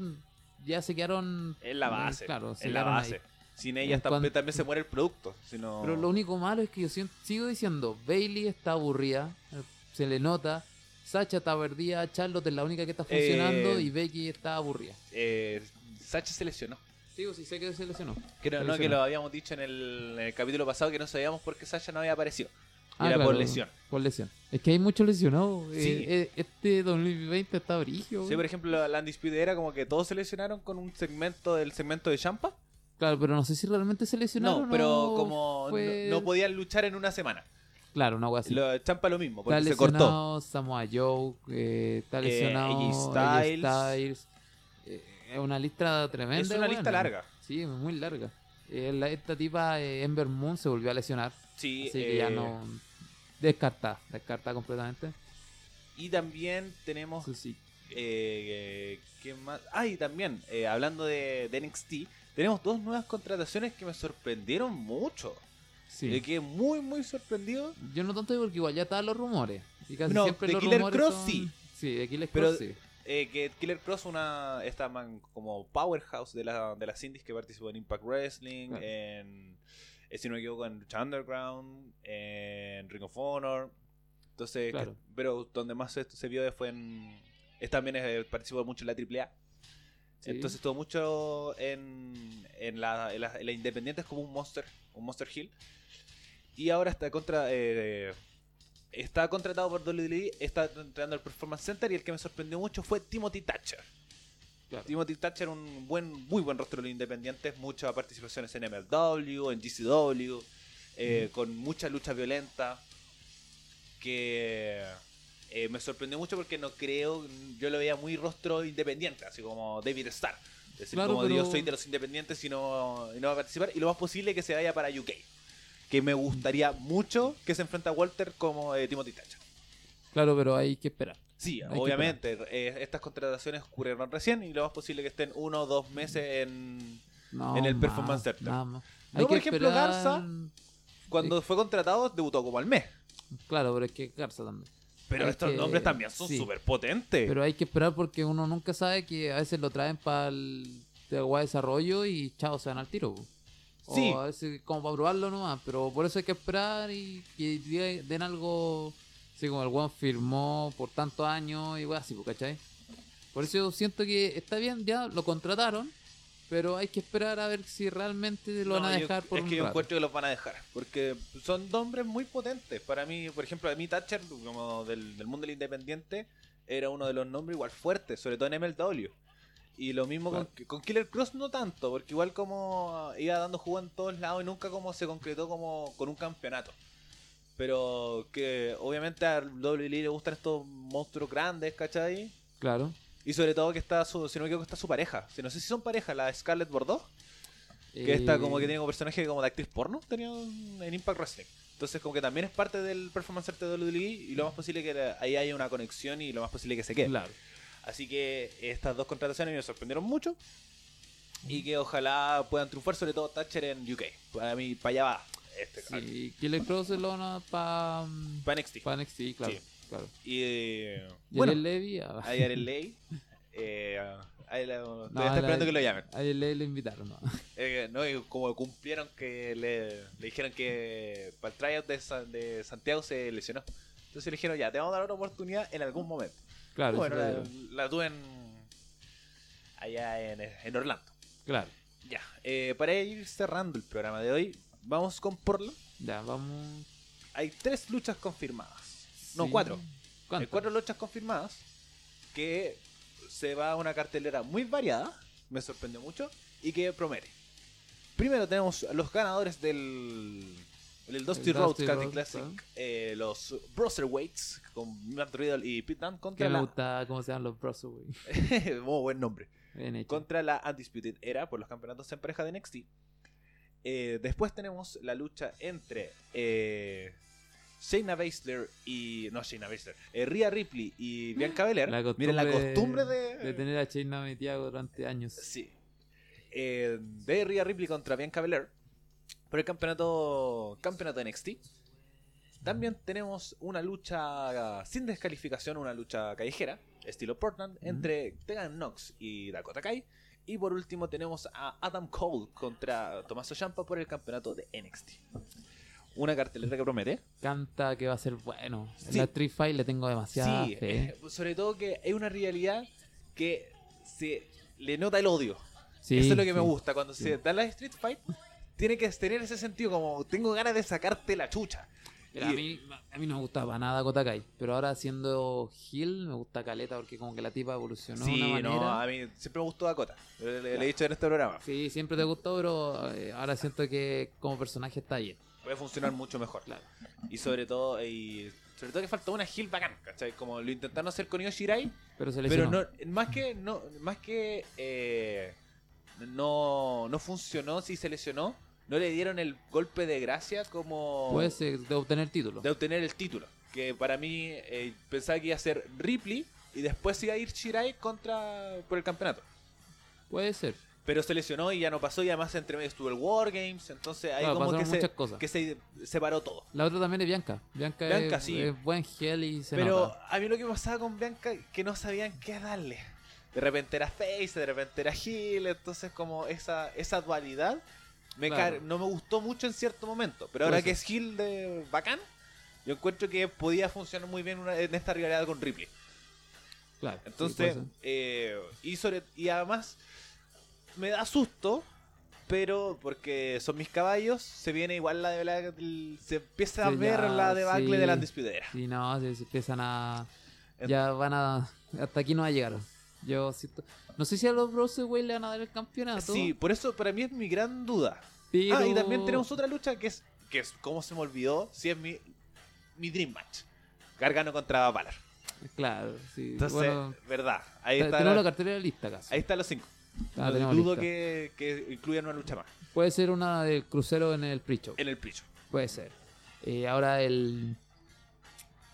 Speaker 2: ya se quedaron...
Speaker 1: es la base.
Speaker 2: Mm, Claro, se
Speaker 1: es la
Speaker 2: quedaron ahí.
Speaker 1: base. Sin ella
Speaker 2: En
Speaker 1: tam-
Speaker 2: cuan-
Speaker 1: también se muere el producto. Sino...
Speaker 2: Pero lo único malo es que yo sien- sigo diciendo, Bailey está aburrida, eh, se le nota, Sacha está perdida, Charlotte es la única que está funcionando
Speaker 1: Eh.
Speaker 2: y Becky está aburrida.
Speaker 1: eh, Sacha se lesionó.
Speaker 2: Sigo, sí sé que se lesionó.
Speaker 1: Que no,
Speaker 2: Se
Speaker 1: no, que
Speaker 2: lesionó.
Speaker 1: lo habíamos dicho en el, en el capítulo pasado que no sabíamos por qué Sacha no había aparecido.
Speaker 2: Ah,
Speaker 1: Era por
Speaker 2: claro,
Speaker 1: lesión.
Speaker 2: Por lesión. Es que hay muchos lesionados. eh,
Speaker 1: Sí.
Speaker 2: eh, este 2020 está brillo.
Speaker 1: Sí, por ejemplo, la Undisputed era como que todos se lesionaron con un segmento del segmento de Champa.
Speaker 2: Claro, pero no sé si realmente se lesionaron.
Speaker 1: No, pero
Speaker 2: o
Speaker 1: como
Speaker 2: fue-
Speaker 1: no, no podían luchar en una semana.
Speaker 2: Claro, una wea así.
Speaker 1: Lo, Champa lo mismo,
Speaker 2: Está
Speaker 1: porque se cortó.
Speaker 2: lesionado Samoa Joe, eh, está
Speaker 1: Eh,
Speaker 2: lesionado
Speaker 1: AJ
Speaker 2: AJ
Speaker 1: Styles.
Speaker 2: Styles. Eh, es una lista tremenda.
Speaker 1: Es una
Speaker 2: weón.
Speaker 1: lista larga.
Speaker 2: Sí, muy larga. Eh, la- esta tipa, eh, Ember Moon, se volvió a lesionar.
Speaker 1: Sí,
Speaker 2: así que ya
Speaker 1: eh,
Speaker 2: no. Descartada, descartada completamente.
Speaker 1: Y también tenemos
Speaker 2: Eso sí.
Speaker 1: Eh, eh, ¿Quién más? Ah, y también, eh, hablando de, de NXT, tenemos dos nuevas contrataciones que me sorprendieron mucho.
Speaker 2: Sí.
Speaker 1: Yo quedé muy, muy sorprendido.
Speaker 2: Yo no tanto porque igual ya estaban los rumores. Y casi
Speaker 1: No,
Speaker 2: siempre
Speaker 1: de
Speaker 2: los
Speaker 1: Killer
Speaker 2: rumores
Speaker 1: Cross
Speaker 2: son-
Speaker 1: sí.
Speaker 2: Sí, de Killer
Speaker 1: Pero-
Speaker 2: Cross sí.
Speaker 1: Eh, que Killer Cross, una esta man, como powerhouse de, la, de las indies que participó en Impact Wrestling,
Speaker 2: Claro.
Speaker 1: en, eh, si no me equivoco, en Lucha Underground, en Ring of Honor. Entonces, que-
Speaker 2: Claro.
Speaker 1: pero donde más se, se vio fue en. Es, también eh, participó mucho en la AAA.
Speaker 2: Sí.
Speaker 1: Entonces estuvo mucho en, en, la, en, la, en la Independiente, es como un Monster, un Monster Hill. Y ahora está contra eh, está contratado por WWE, está entrenando al Performance Center y el que me sorprendió mucho fue Timothy Thatcher.
Speaker 2: Claro.
Speaker 1: Timothy Thatcher, un buen, muy buen rostro de los independientes, muchas participaciones en MLW, en GCW, eh, con mucha lucha violenta. Que eh, me sorprendió mucho porque no creo, yo lo veía muy rostro independiente, así como David Starr. Es decir,
Speaker 2: Claro,
Speaker 1: como
Speaker 2: pero-
Speaker 1: yo soy de los independientes y no, y no va a participar. Y lo más posible que se vaya para UK. Que me gustaría mucho que se enfrente a Walter como eh, Timothy Thatcher.
Speaker 2: Claro, pero hay que esperar.
Speaker 1: Sí,
Speaker 2: Hay que
Speaker 1: obviamente. eh, estas contrataciones ocurrieron recién y lo más posible que estén uno o dos meses en...
Speaker 2: No,
Speaker 1: En el
Speaker 2: más,
Speaker 1: Performance Center.
Speaker 2: nada más.
Speaker 1: No, por ejemplo, Garza. Cuando fue contratado, debutó como al mes.
Speaker 2: Claro, pero es que Garza también.
Speaker 1: Pero
Speaker 2: Es
Speaker 1: estos
Speaker 2: que-
Speaker 1: nombres también son
Speaker 2: sí.
Speaker 1: súper potentes.
Speaker 2: Pero hay que esperar porque uno nunca sabe que a veces lo traen para el de desarrollo y chao, se van al tiro. po. O
Speaker 1: Sí.
Speaker 2: a veces como para probarlo nomás, pero por eso hay que esperar y que diga- den algo así como el one firmó por tantos años y weá así, po, ¿cachai? Por eso yo siento que está bien, ya lo contrataron, pero hay que esperar a ver si realmente lo
Speaker 1: No,
Speaker 2: van a
Speaker 1: yo-
Speaker 2: dejar por
Speaker 1: Es
Speaker 2: un
Speaker 1: que yo
Speaker 2: rato.
Speaker 1: encuentro que los van a dejar. Porque son nombres muy potentes. Para mí, por ejemplo, a mí Thatcher, como del, del mundo del independiente, era uno de los nombres igual fuertes, sobre todo en MLW. Y lo mismo con, con Killer Cross no tanto, porque igual como iba dando jugo en todos lados y nunca como se concretó como con un campeonato. Pero que obviamente a WWE le gustan estos monstruos grandes, ¿cachai?
Speaker 2: Claro.
Speaker 1: Y sobre todo que está su, si no me equivoco, está su pareja. Si no sé si son pareja, la Scarlett Bordeaux. Que esta como que
Speaker 2: Eh,
Speaker 1: tiene como personaje como de actriz porno, tenía un- en Impact Wrestling. Entonces como que también es parte del performance art de WWE y lo más posible que la- ahí haya una conexión y lo más posible que se quede.
Speaker 2: Claro.
Speaker 1: Así que estas dos contrataciones me sorprendieron mucho y que ojalá puedan triunfar, sobre todo Thatcher en UK. Para mí, para allá va este canal.
Speaker 2: Sí, Killer Cross es lo para
Speaker 1: Para NXT.
Speaker 2: pa NXT, claro.
Speaker 1: Sí.
Speaker 2: claro.
Speaker 1: Y eh,
Speaker 2: Y
Speaker 1: bueno,
Speaker 2: Ariel Levy, ah,
Speaker 1: ahí haré ley. Eh, ahí la- todavía
Speaker 2: No,
Speaker 1: está
Speaker 2: la-
Speaker 1: esperando que lo llamen.
Speaker 2: a Ariel Levy lo invitaron. ¿no?
Speaker 1: Eh, no, y como cumplieron que le, le dijeron que para el tryout de, San- de Santiago se lesionó. Entonces le dijeron, ya, te vamos a dar una oportunidad en algún momento.
Speaker 2: Claro,
Speaker 1: bueno,
Speaker 2: eso lo
Speaker 1: la,
Speaker 2: digo.
Speaker 1: la tuve en, allá en, en Orlando.
Speaker 2: claro.
Speaker 1: Ya, eh, para ir cerrando el programa de hoy, vamos con Portland.
Speaker 2: Ya, vamos.
Speaker 1: Hay tres luchas confirmadas. No,
Speaker 2: sí.
Speaker 1: cuatro. Hay
Speaker 2: ¿Cuántas?
Speaker 1: cuatro luchas confirmadas que se va a una cartelera muy variada, me sorprendió mucho, y que promete. Primero tenemos a los ganadores del, del Dusty
Speaker 2: El
Speaker 1: Road
Speaker 2: Dusty
Speaker 1: Classic,
Speaker 2: Rhodes,
Speaker 1: Classic
Speaker 2: claro.
Speaker 1: eh, los Brotherweights con Matt Riddle y Pete Dunne
Speaker 2: Que
Speaker 1: contra
Speaker 2: me
Speaker 1: la...
Speaker 2: gusta cómo se llaman los bros, güey.
Speaker 1: Muy buen nombre
Speaker 2: Bien hecho.
Speaker 1: contra la Undisputed Era por los campeonatos en pareja de NXT. Eh, después tenemos la lucha entre eh, Shayna Baszler y. No, Shayna Baszler. eh, Rhea Ripley y Bianca Belair.
Speaker 2: La
Speaker 1: Miren la costumbre de.
Speaker 2: de tener a Chaina metida durante años.
Speaker 1: Sí. Eh, de Rhea Ripley contra Bianca Belair por el campeonato, campeonato NXT. También tenemos una lucha sin descalificación, una lucha callejera, estilo Portland, entre Tegan Knox y Dakota Kai. Y por último tenemos a Adam Cole contra Tommaso Ciampa por el campeonato de NXT. Una cartelera que promete.
Speaker 2: Canta que va a ser bueno. En
Speaker 1: Sí.
Speaker 2: La Tree Fight le tengo demasiada
Speaker 1: Sí,
Speaker 2: fe.
Speaker 1: eh, sobre todo que hay una rivalidad que se le nota el odio. Eso es lo que me
Speaker 2: sí.
Speaker 1: gusta. Cuando se da la Street Fight, tiene que tener ese sentido como tengo ganas de sacarte la chucha.
Speaker 2: Pero
Speaker 1: Y-
Speaker 2: a, mí, a mí no me gustaba nada Kotakai. Pero ahora siendo Hill me gusta Caleta porque como que la tipa evolucionó de una
Speaker 1: sí,
Speaker 2: manera.
Speaker 1: no, ah. a mí siempre me gustó Dakota. Le, le- le he dicho en este programa.
Speaker 2: Sí, siempre te gustó, pero eh, ahora siento que como personaje está bien.
Speaker 1: Puede funcionar mucho mejor.
Speaker 2: Claro.
Speaker 1: Y sobre todo, y sobre todo que faltó una heel bacán, ¿cachai? Como lo intentaron hacer con Io Shirai,
Speaker 2: Pero se
Speaker 1: pero
Speaker 2: lesionó.
Speaker 1: no, más que no, más que eh, no, no funcionó, si se lesionó, no le dieron el golpe de gracia como
Speaker 2: Puedes eh, de obtener título.
Speaker 1: de obtener el título. Que para mí eh, pensaba que iba a ser Ripley y después iba a ir Shirai contra por el campeonato.
Speaker 2: Puede ser.
Speaker 1: Pero se lesionó y ya no pasó y además entre medio estuvo el Wargames, entonces ahí
Speaker 2: Claro,
Speaker 1: como que
Speaker 2: pasaron
Speaker 1: se,
Speaker 2: muchas cosas.
Speaker 1: que se separó todo.
Speaker 2: La otra también es Bianca. Bianca,
Speaker 1: Bianca,
Speaker 2: es,
Speaker 1: sí.
Speaker 2: es buen gel y se
Speaker 1: Pero
Speaker 2: nota.
Speaker 1: a mí lo que pasaba con Bianca que no sabían qué darle. De repente era face, de repente era heel, entonces como esa, esa dualidad me
Speaker 2: Claro.
Speaker 1: car- no me gustó mucho en cierto momento. Pero
Speaker 2: Puede
Speaker 1: ahora
Speaker 2: ser.
Speaker 1: que es heel de bacán, yo encuentro que podía funcionar muy bien una- en esta rivalidad con Ripley.
Speaker 2: Claro, sí, puede
Speaker 1: Entonces,
Speaker 2: ser.
Speaker 1: eh, y, sobre, y además me da susto, pero porque son mis caballos, se viene igual la de la- el- se empieza a
Speaker 2: Sí,
Speaker 1: ver
Speaker 2: ya,
Speaker 1: la debacle
Speaker 2: sí.
Speaker 1: de la Andispidera.
Speaker 2: Sí, no, se, se empiezan a.
Speaker 1: En-
Speaker 2: Ya van a. Hasta aquí no va a llegar. Yo siento. No sé si a los Bros. güey le van a dar el campeonato.
Speaker 1: Sí, por eso para mí es mi gran duda.
Speaker 2: pero.
Speaker 1: Ah, y también tenemos otra lucha que es, que es ¿cómo se me olvidó? Si es mi, mi Dream Match. Gargano contra Valar.
Speaker 2: Claro, sí.
Speaker 1: Entonces,
Speaker 2: bueno,
Speaker 1: verdad. Ahí
Speaker 2: te-
Speaker 1: está,
Speaker 2: tenemos la
Speaker 1: la-
Speaker 2: cartelera lista casi.
Speaker 1: ahí están los cinco.
Speaker 2: Ah,
Speaker 1: No
Speaker 2: tenemos
Speaker 1: dudo
Speaker 2: lista.
Speaker 1: que, que incluyan una lucha más
Speaker 2: Puede ser una del crucero en el pre-show.
Speaker 1: en el plicho.
Speaker 2: Puede ser. Eh, ahora el.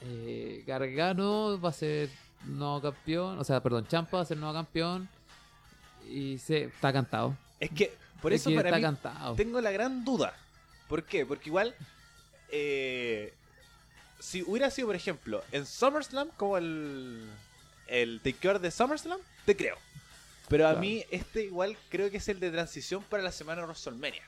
Speaker 2: eh, Gargano va a ser nuevo campeón. O sea, perdón, Champa va a ser nuevo campeón. Y se, está cantado.
Speaker 1: Es que, por
Speaker 2: Es
Speaker 1: eso
Speaker 2: que
Speaker 1: para
Speaker 2: está
Speaker 1: mí
Speaker 2: cantado.
Speaker 1: tengo la gran duda. ¿Por qué? Porque igual, eh, si hubiera sido, por ejemplo, en SummerSlam, como el, el takeover de SummerSlam, te creo. Pero a
Speaker 2: Claro.
Speaker 1: mí este igual creo que es el de transición para la semana de WrestleMania.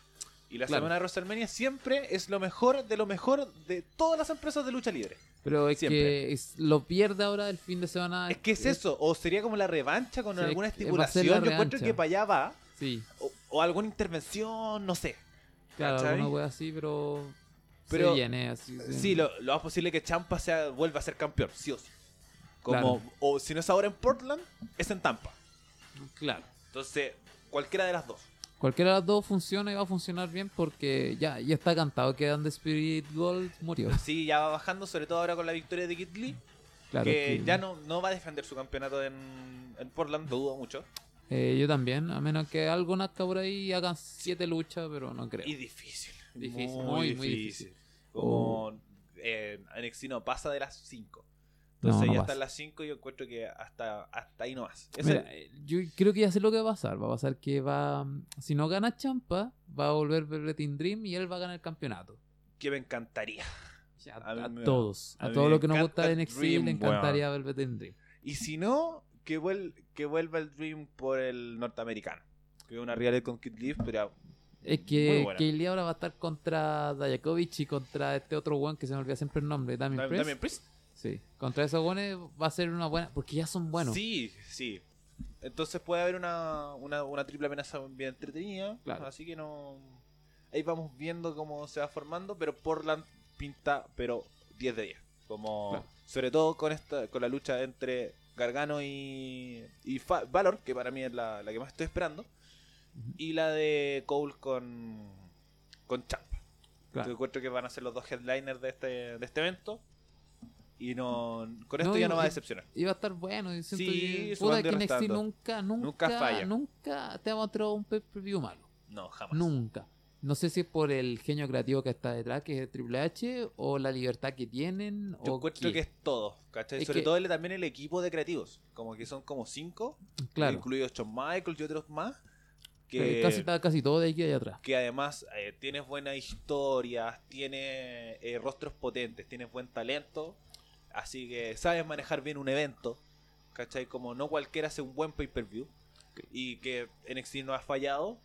Speaker 1: Y la
Speaker 2: Claro.
Speaker 1: semana de WrestleMania siempre es lo mejor de lo mejor de todas las empresas de lucha libre.
Speaker 2: Pero es que
Speaker 1: Siempre.
Speaker 2: es- lo pierde ahora el fin de semana. Eh,
Speaker 1: Es que es eso, o sería como la revancha con
Speaker 2: Sí,
Speaker 1: alguna
Speaker 2: es que va a ser
Speaker 1: estipulación.
Speaker 2: la
Speaker 1: Yo encuentro
Speaker 2: revancha.
Speaker 1: que para allá va,
Speaker 2: Sí,
Speaker 1: o, o alguna intervención, no sé.
Speaker 2: claro,
Speaker 1: ¿Cachai?
Speaker 2: alguna wea así, pero.
Speaker 1: Pero-
Speaker 2: se viene así. se-
Speaker 1: Sí, lo, lo más posible que Champa sea, vuelva a ser campeón, sí o sí. Como,
Speaker 2: Claro.
Speaker 1: O si no es ahora en Portland, es en Tampa.
Speaker 2: Claro.
Speaker 1: Entonces, cualquiera de las dos.
Speaker 2: Cualquiera de las dos funciona y va a funcionar bien porque ya, ya está cantado que The Spirit Gold murió.
Speaker 1: Sí, ya va bajando, sobre todo ahora con la victoria de Kid Lee,
Speaker 2: Claro
Speaker 1: que
Speaker 2: que-
Speaker 1: ya no, no va a defender su campeonato en, en Portland, lo dudo mucho.
Speaker 2: Eh, yo también, a menos que algo nazca por ahí y hagan siete luchas, pero no creo.
Speaker 1: Y difícil.
Speaker 2: Difícil, muy, muy difícil. Oh.
Speaker 1: Como eh, NXT no pasa de las 5. Entonces
Speaker 2: No, no
Speaker 1: ya
Speaker 2: pasa.
Speaker 1: están las 5 y yo encuentro que hasta, hasta ahí no más. Ese-
Speaker 2: Mira, eh, yo creo que ya sé lo que va a pasar. Va a pasar que va. Si no gana Champa, va a volver Velveteen Dream y él va a ganar el campeonato.
Speaker 1: que me encantaría.
Speaker 2: Ya,
Speaker 1: A
Speaker 2: a,
Speaker 1: mí me-
Speaker 2: todos.
Speaker 1: a
Speaker 2: A,
Speaker 1: mí
Speaker 2: todos
Speaker 1: me
Speaker 2: los que nos
Speaker 1: encanta
Speaker 2: gusta de
Speaker 1: el
Speaker 2: NXT
Speaker 1: Dream,
Speaker 2: le encantaría Velveteen Dream.
Speaker 1: Y si no, que, vuel- que vuelva el Dream por el norteamericano. Que es una realidad con Kid Leaf, pero
Speaker 2: Es
Speaker 1: Muy
Speaker 2: que
Speaker 1: buena.
Speaker 2: Kaylee ahora va a estar contra Dayakovic y contra este otro one que se me olvida siempre el nombre, Damien
Speaker 1: tam-
Speaker 2: Priest.
Speaker 1: también Priest.
Speaker 2: Sí, contra esos guanes va a ser una buena. Porque ya son buenos.
Speaker 1: Sí, sí. Entonces puede haber una, una, una triple amenaza bien entretenida.
Speaker 2: Claro.
Speaker 1: Así que no. Ahí vamos viendo cómo se va formando, pero Portland pinta, pero 10 de 10. Como,
Speaker 2: Claro.
Speaker 1: Sobre todo con esta con la lucha entre Gargano y, y Fa- Valor, que para mí es la, la que más estoy esperando.
Speaker 2: Ujú.
Speaker 1: Y la de Cole con, con Champa.
Speaker 2: Claro.
Speaker 1: Yo encuentro que van a ser los dos headliners de este, de este evento. Y no con
Speaker 2: No,
Speaker 1: esto ya
Speaker 2: y-
Speaker 1: no va a
Speaker 2: y-
Speaker 1: decepcionar.
Speaker 2: Y va a estar bueno. Yo siento
Speaker 1: Sí,
Speaker 2: que,
Speaker 1: su
Speaker 2: puta,
Speaker 1: banda
Speaker 2: que NXT
Speaker 1: restando.
Speaker 2: nunca, nunca,
Speaker 1: Nunca falla.
Speaker 2: nunca te ha mostrado un pay-per-view malo.
Speaker 1: No, jamás.
Speaker 2: Nunca. No sé si es por el genio creativo que está detrás, que es Triple H, o la libertad que tienen.
Speaker 1: Yo
Speaker 2: o
Speaker 1: encuentro
Speaker 2: qué.
Speaker 1: que es todo, ¿cachai?
Speaker 2: Es
Speaker 1: Sobre
Speaker 2: que-
Speaker 1: todo el- también el equipo de creativos, como que son como cinco,
Speaker 2: Claro.
Speaker 1: incluidos John Michael y otros más,
Speaker 2: Eh,
Speaker 1: que,
Speaker 2: Casi está casi todo de aquí allá atrás.
Speaker 1: que además eh, tienes buenas historias, tienes eh, rostros potentes, tienes buen talento, así que sabes manejar bien un evento, ¿cachai? Como no cualquiera hace un buen pay-per-view y que NXT no ha fallado,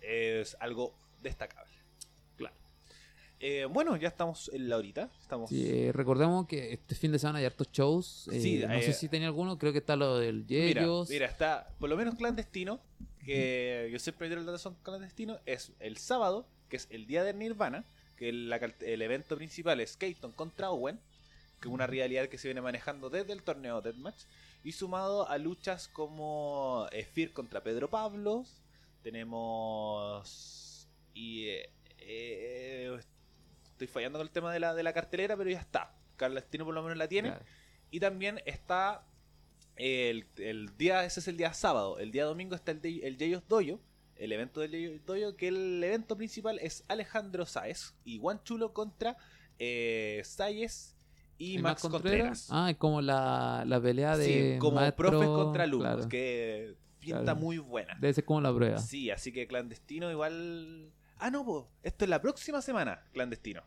Speaker 1: es algo destacable.
Speaker 2: Claro.
Speaker 1: Eh, bueno, ya estamos en la horita, estamos...
Speaker 2: Sí, eh, recordemos que este fin de semana hay hartos shows. eh,
Speaker 1: Sí,
Speaker 2: no
Speaker 1: eh,
Speaker 2: sé si tenía alguno, creo que está lo del
Speaker 1: Mira,
Speaker 2: Yerios.
Speaker 1: mira, está por lo menos clandestino, que yo siempre digo el dato son clandestinos, es el sábado, que es el día de Nirvana, que la cal- el evento principal es Keaton contra Owen, que es una rivalidad que se viene manejando desde el torneo Deathmatch, y sumado a luchas como eh, Fear contra Pedro Pablos, tenemos... y eh, eh, Estoy fallando con el tema de la, de la cartelera, pero ya está. Clandestino por lo menos la tiene.
Speaker 2: Claro.
Speaker 1: Y también está el, el día, ese es el día sábado, el día domingo está el, de- el Yeyos Doyo, el evento del Yeyos Doyo, que el evento principal es Alejandro Sáez y Juan Chulo contra eh, Sáez y, Max, Contreras.
Speaker 2: Ah, es como la, la pelea de.
Speaker 1: sí, como
Speaker 2: maestro-
Speaker 1: profes contra alumnos,
Speaker 2: claro.
Speaker 1: que pinta
Speaker 2: Claro.
Speaker 1: muy buena.
Speaker 2: Debe ser como la prueba.
Speaker 1: Sí, así que clandestino igual. Ah, no, po, esto es la próxima semana, clandestino.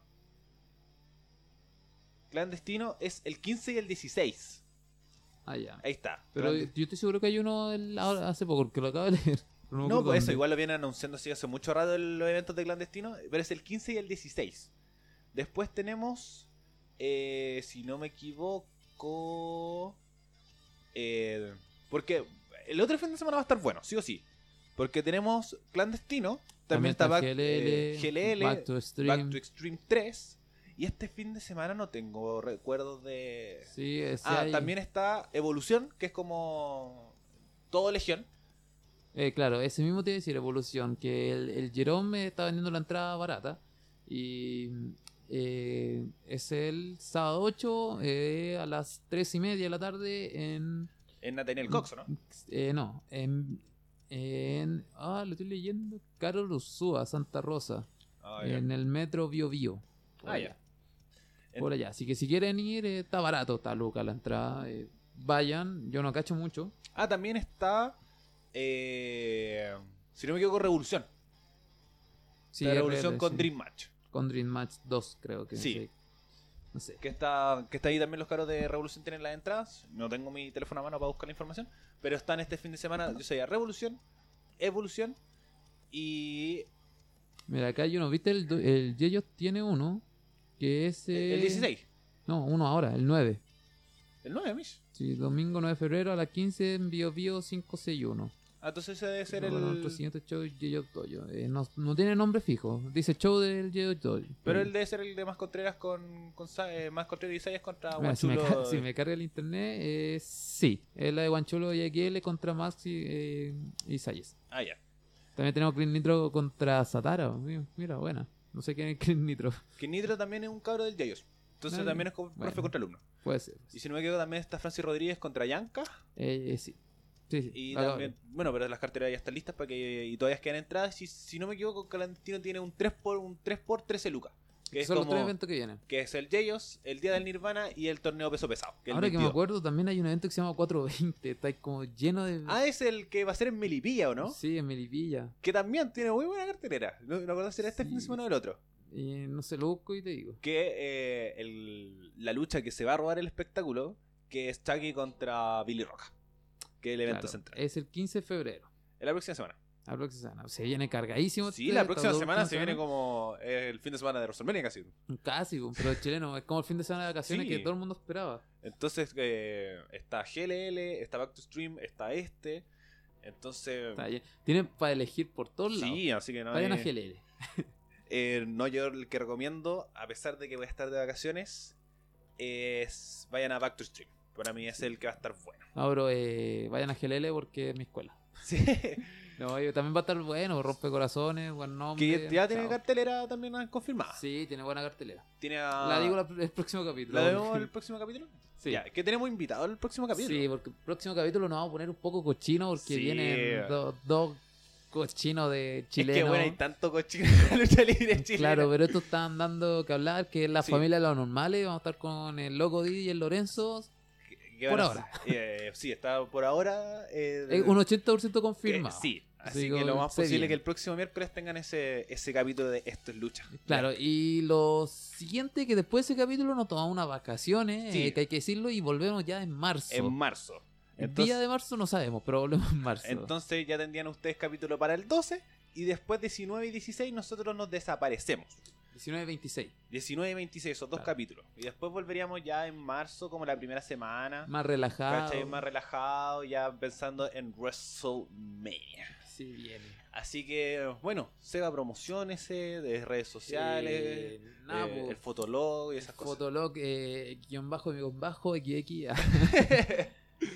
Speaker 1: Clandestino es el 15 y el 16.
Speaker 2: Ah, ya.
Speaker 1: Ahí está.
Speaker 2: Pero
Speaker 1: Clandes-
Speaker 2: yo estoy seguro que hay uno el- ahora- hace poco, porque lo acabo de leer. pero me
Speaker 1: No,
Speaker 2: acuerdo
Speaker 1: pues eso,
Speaker 2: dónde.
Speaker 1: igual lo vienen anunciando así hace mucho rato el- los eventos de clandestino, pero es el 15 y el 16. Después tenemos, eh, si no me equivoco, eh, porque el otro fin de semana va a estar bueno, sí o sí. Porque tenemos clandestino, también, está, Back-
Speaker 2: GLL,
Speaker 1: eh, GLL,
Speaker 2: Back to Stream.
Speaker 1: Back to Extreme 3. Y este fin de semana no tengo recuerdos de...
Speaker 2: Sí, ese
Speaker 1: ah,
Speaker 2: hay-
Speaker 1: también está Evolución, que es como todo Legión.
Speaker 2: Eh, claro, ese mismo te iba a decir Evolución, que el, el Jerome está vendiendo la entrada barata. Y eh, es el sábado 8 eh, a las 3 y media de la tarde en...
Speaker 1: En Nathaniel Cox, ¿no?
Speaker 2: eh, no, en... en- ah, lo estoy leyendo. Caro Luzúa, Santa Rosa,
Speaker 1: Ah, ya.
Speaker 2: en el metro Bio Bio. por
Speaker 1: Ah,
Speaker 2: allá.
Speaker 1: ya.
Speaker 2: Por allá. Así que si quieren ir, eh, está barato, está loca la entrada. eh, vayan, yo no cacho mucho.
Speaker 1: Ah, también está. eh, si no me equivoco, Revolución.
Speaker 2: Sí,
Speaker 1: la Revolución
Speaker 2: RL,
Speaker 1: con
Speaker 2: sí.
Speaker 1: Dream Match.
Speaker 2: Con Dream Match 2, creo que
Speaker 1: Sí.
Speaker 2: No sé.
Speaker 1: Que está, que está ahí también los caros de Revolución tienen las entradas. No tengo mi teléfono a mano para buscar la información. Pero están este fin de semana. Yo soy a Revolución, Evolución y.
Speaker 2: Mira, acá hay uno, ¿viste? El, do- el Yeyos tiene uno que es... eh,
Speaker 1: El 16.
Speaker 2: No, uno ahora, el 9.
Speaker 1: El 9, mis.
Speaker 2: Sí, domingo 9 de febrero a las 15 en Bio Bio 561.
Speaker 1: Ah, entonces ese debe ser el.
Speaker 2: Bueno, Nuestro siguiente show es Yeyos Dojo. Eh, no, no tiene nombre fijo, dice show del Yeyos Dojo.
Speaker 1: Pero él debe ser el de Más Contreras con. con Sa- eh, Más Contreras y Sayas contra
Speaker 2: Mira, si, Ah, me,
Speaker 1: Guanchulo.
Speaker 2: ca- si me carga el internet, eh, sí. Es la de Guanchulo y XL contra Max y, eh, y Salles.
Speaker 1: Ah, ya.
Speaker 2: También tenemos Green Nitro contra Satara. Mira, Mira, buena. No sé quién es Green Nitro.
Speaker 1: Que Nitro también es un cabro del Jayos. Entonces
Speaker 2: Ah, ya.
Speaker 1: también es como profe
Speaker 2: Bueno.
Speaker 1: contra alumno.
Speaker 2: Puede ser.
Speaker 1: Y si no me equivoco, también está Francis Rodríguez contra Yanka.
Speaker 2: Eh, eh, sí. Sí, sí.
Speaker 1: Y
Speaker 2: la acabo de
Speaker 1: también, bueno, pero las carteras ya están listas para que y todavía quedan entradas. Si, si no me equivoco, Calantino tiene un 3 por un 3 por 13 lucas, que
Speaker 2: ver.
Speaker 1: es
Speaker 2: Son los tres
Speaker 1: como
Speaker 2: eventos que vienen.
Speaker 1: que es el Jeyos, el Día del Nirvana y el torneo peso pesado, que es el
Speaker 2: Ahora que me
Speaker 1: 22.
Speaker 2: acuerdo, también hay un evento que se llama 420. Está ahí como lleno de.
Speaker 1: Ah, es el que va a ser en Melipilla, ¿o no?
Speaker 2: Sí, en Melipilla.
Speaker 1: Que también tiene muy buena cartelera. No, no acuerdo si era este
Speaker 2: Sí.
Speaker 1: fin de semana o el otro.
Speaker 2: Y no sé, lo busco y te digo.
Speaker 1: Que eh, el- la lucha que se va a robar el espectáculo, que es Chucky contra Billy Roca, que es el evento
Speaker 2: Claro,
Speaker 1: central.
Speaker 2: Es el 15 de febrero.
Speaker 1: En la próxima semana.
Speaker 2: La próxima semana. Se viene cargadísimo. este
Speaker 1: Sí, la
Speaker 2: esta
Speaker 1: próxima
Speaker 2: dos
Speaker 1: semana se
Speaker 2: últimas
Speaker 1: viene como eh, el fin de semana de WrestleMania casi.
Speaker 2: semanas. Casi, po, pero chileno. Es como el fin de semana de vacaciones
Speaker 1: Sí.
Speaker 2: que todo el mundo esperaba.
Speaker 1: Entonces eh, está GLL, está Back to Stream, está este. Entonces,
Speaker 2: Está lleno. Tienen para elegir por todos lados.
Speaker 1: sí, así que no
Speaker 2: Vayan a
Speaker 1: hay-
Speaker 2: GLL.
Speaker 1: eh, No, yo el que recomiendo, a pesar de que voy a estar de vacaciones, es vayan a Back to Stream. Para mí es el que va a estar bueno.
Speaker 2: No, bro, eh, vayan a GLL porque es mi escuela.
Speaker 1: Sí.
Speaker 2: No, yo- también va a estar bueno, rompe corazones, buen nombre.
Speaker 1: que ya tiene
Speaker 2: chao.
Speaker 1: cartelera también confirmada.
Speaker 2: Sí, tiene buena cartelera.
Speaker 1: Tiene a-
Speaker 2: La digo la- el próximo capítulo.
Speaker 1: Ah. ¿La vemos el próximo capítulo?
Speaker 2: Sí.
Speaker 1: Ya, que tenemos invitado el próximo capítulo.
Speaker 2: Sí, porque el próximo capítulo nos vamos a poner un poco cochino porque
Speaker 1: Sí.
Speaker 2: vienen dos dos cochinos de chilenos.
Speaker 1: Es que bueno, hay tanto cochino en la lucha libre chilena.
Speaker 2: Claro, pero estos están dando que hablar, que es la
Speaker 1: Sí.
Speaker 2: familia de los normales. Vamos a estar con el Loco Di y el Lorenzo.
Speaker 1: que- que van
Speaker 2: Por
Speaker 1: a-
Speaker 2: ahora.
Speaker 1: eh, sí, está por ahora. eh,
Speaker 2: Es un 80%
Speaker 1: que-
Speaker 2: confirmado.
Speaker 1: Sí, así
Speaker 2: Digo,
Speaker 1: que lo más
Speaker 2: se
Speaker 1: posible
Speaker 2: viene.
Speaker 1: que el próximo miércoles tengan ese, ese capítulo de Esto es lucha.
Speaker 2: Claro, y lo siguiente que después de ese capítulo nos tomamos unas vacaciones,
Speaker 1: Sí.
Speaker 2: eh, que hay que decirlo, y volvemos ya en marzo.
Speaker 1: En marzo.
Speaker 2: El
Speaker 1: Entonces,
Speaker 2: día de marzo no sabemos, pero volvemos en marzo.
Speaker 1: entonces ya tendrían ustedes capítulo para el 12 y después 19 y 16 nosotros nos desaparecemos.
Speaker 2: 19-26,
Speaker 1: 19 y 26, esos dos
Speaker 2: Claro.
Speaker 1: capítulos. Y después volveríamos ya en marzo como la primera semana.
Speaker 2: más relajado.
Speaker 1: ¿cachai? Más relajado, ya pensando en WrestleMania.
Speaker 2: Sí, viene.
Speaker 1: Así que, bueno, Sega promociones de redes sociales,
Speaker 2: Eh, nada,
Speaker 1: eh,
Speaker 2: po.
Speaker 1: el fotolog y esas cosas.
Speaker 2: Fotolog, eh, guión bajo, guión bajo, XX.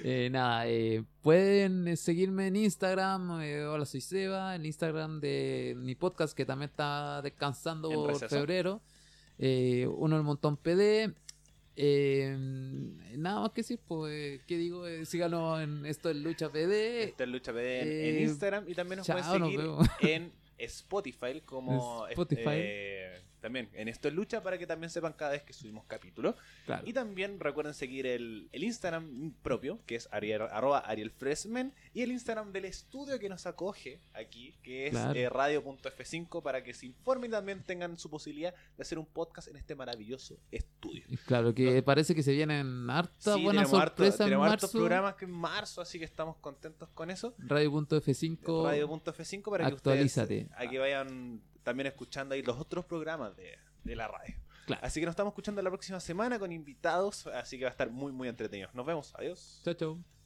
Speaker 2: Eh, nada, eh, pueden eh, seguirme en Instagram, eh, hola soy Seba, el Instagram de mi podcast que también está descansando
Speaker 1: En
Speaker 2: por
Speaker 1: receso.
Speaker 2: febrero, eh, uno el montón PD, eh, nada más que decir, pues, eh, ¿qué digo? Eh, síganos en esto es Lucha PD,
Speaker 1: Esta es Lucha PD en,
Speaker 2: eh,
Speaker 1: en Instagram y también nos
Speaker 2: chao,
Speaker 1: pueden
Speaker 2: nos
Speaker 1: seguir
Speaker 2: vemos.
Speaker 1: en Spotify como
Speaker 2: Spotify.
Speaker 1: eh, también en esto es lucha para que también sepan cada vez que subimos capítulos.
Speaker 2: Claro.
Speaker 1: Y también recuerden seguir el, el Instagram propio, que es ariel, arroba Ariel Fresmen, y el Instagram del estudio que nos acoge aquí, que es
Speaker 2: Claro.
Speaker 1: eh, radio.f5, para que se informen y también tengan su posibilidad de hacer un podcast en este maravilloso estudio.
Speaker 2: Y Claro, que parece que se vienen hartas
Speaker 1: Sí,
Speaker 2: buenas
Speaker 1: tenemos harto-
Speaker 2: sorpresas en
Speaker 1: tenemos hartos
Speaker 2: marzo.
Speaker 1: programas que en marzo, así que estamos contentos con eso.
Speaker 2: Radio.f5.
Speaker 1: Radio.f5 para que
Speaker 2: actualízate.
Speaker 1: ustedes aquí vayan también escuchando ahí los otros programas de, de la radio.
Speaker 2: Claro.
Speaker 1: Así que nos estamos escuchando la próxima semana con invitados, así que va a estar muy, muy entretenido. Nos vemos, adiós.
Speaker 2: Chao, chao.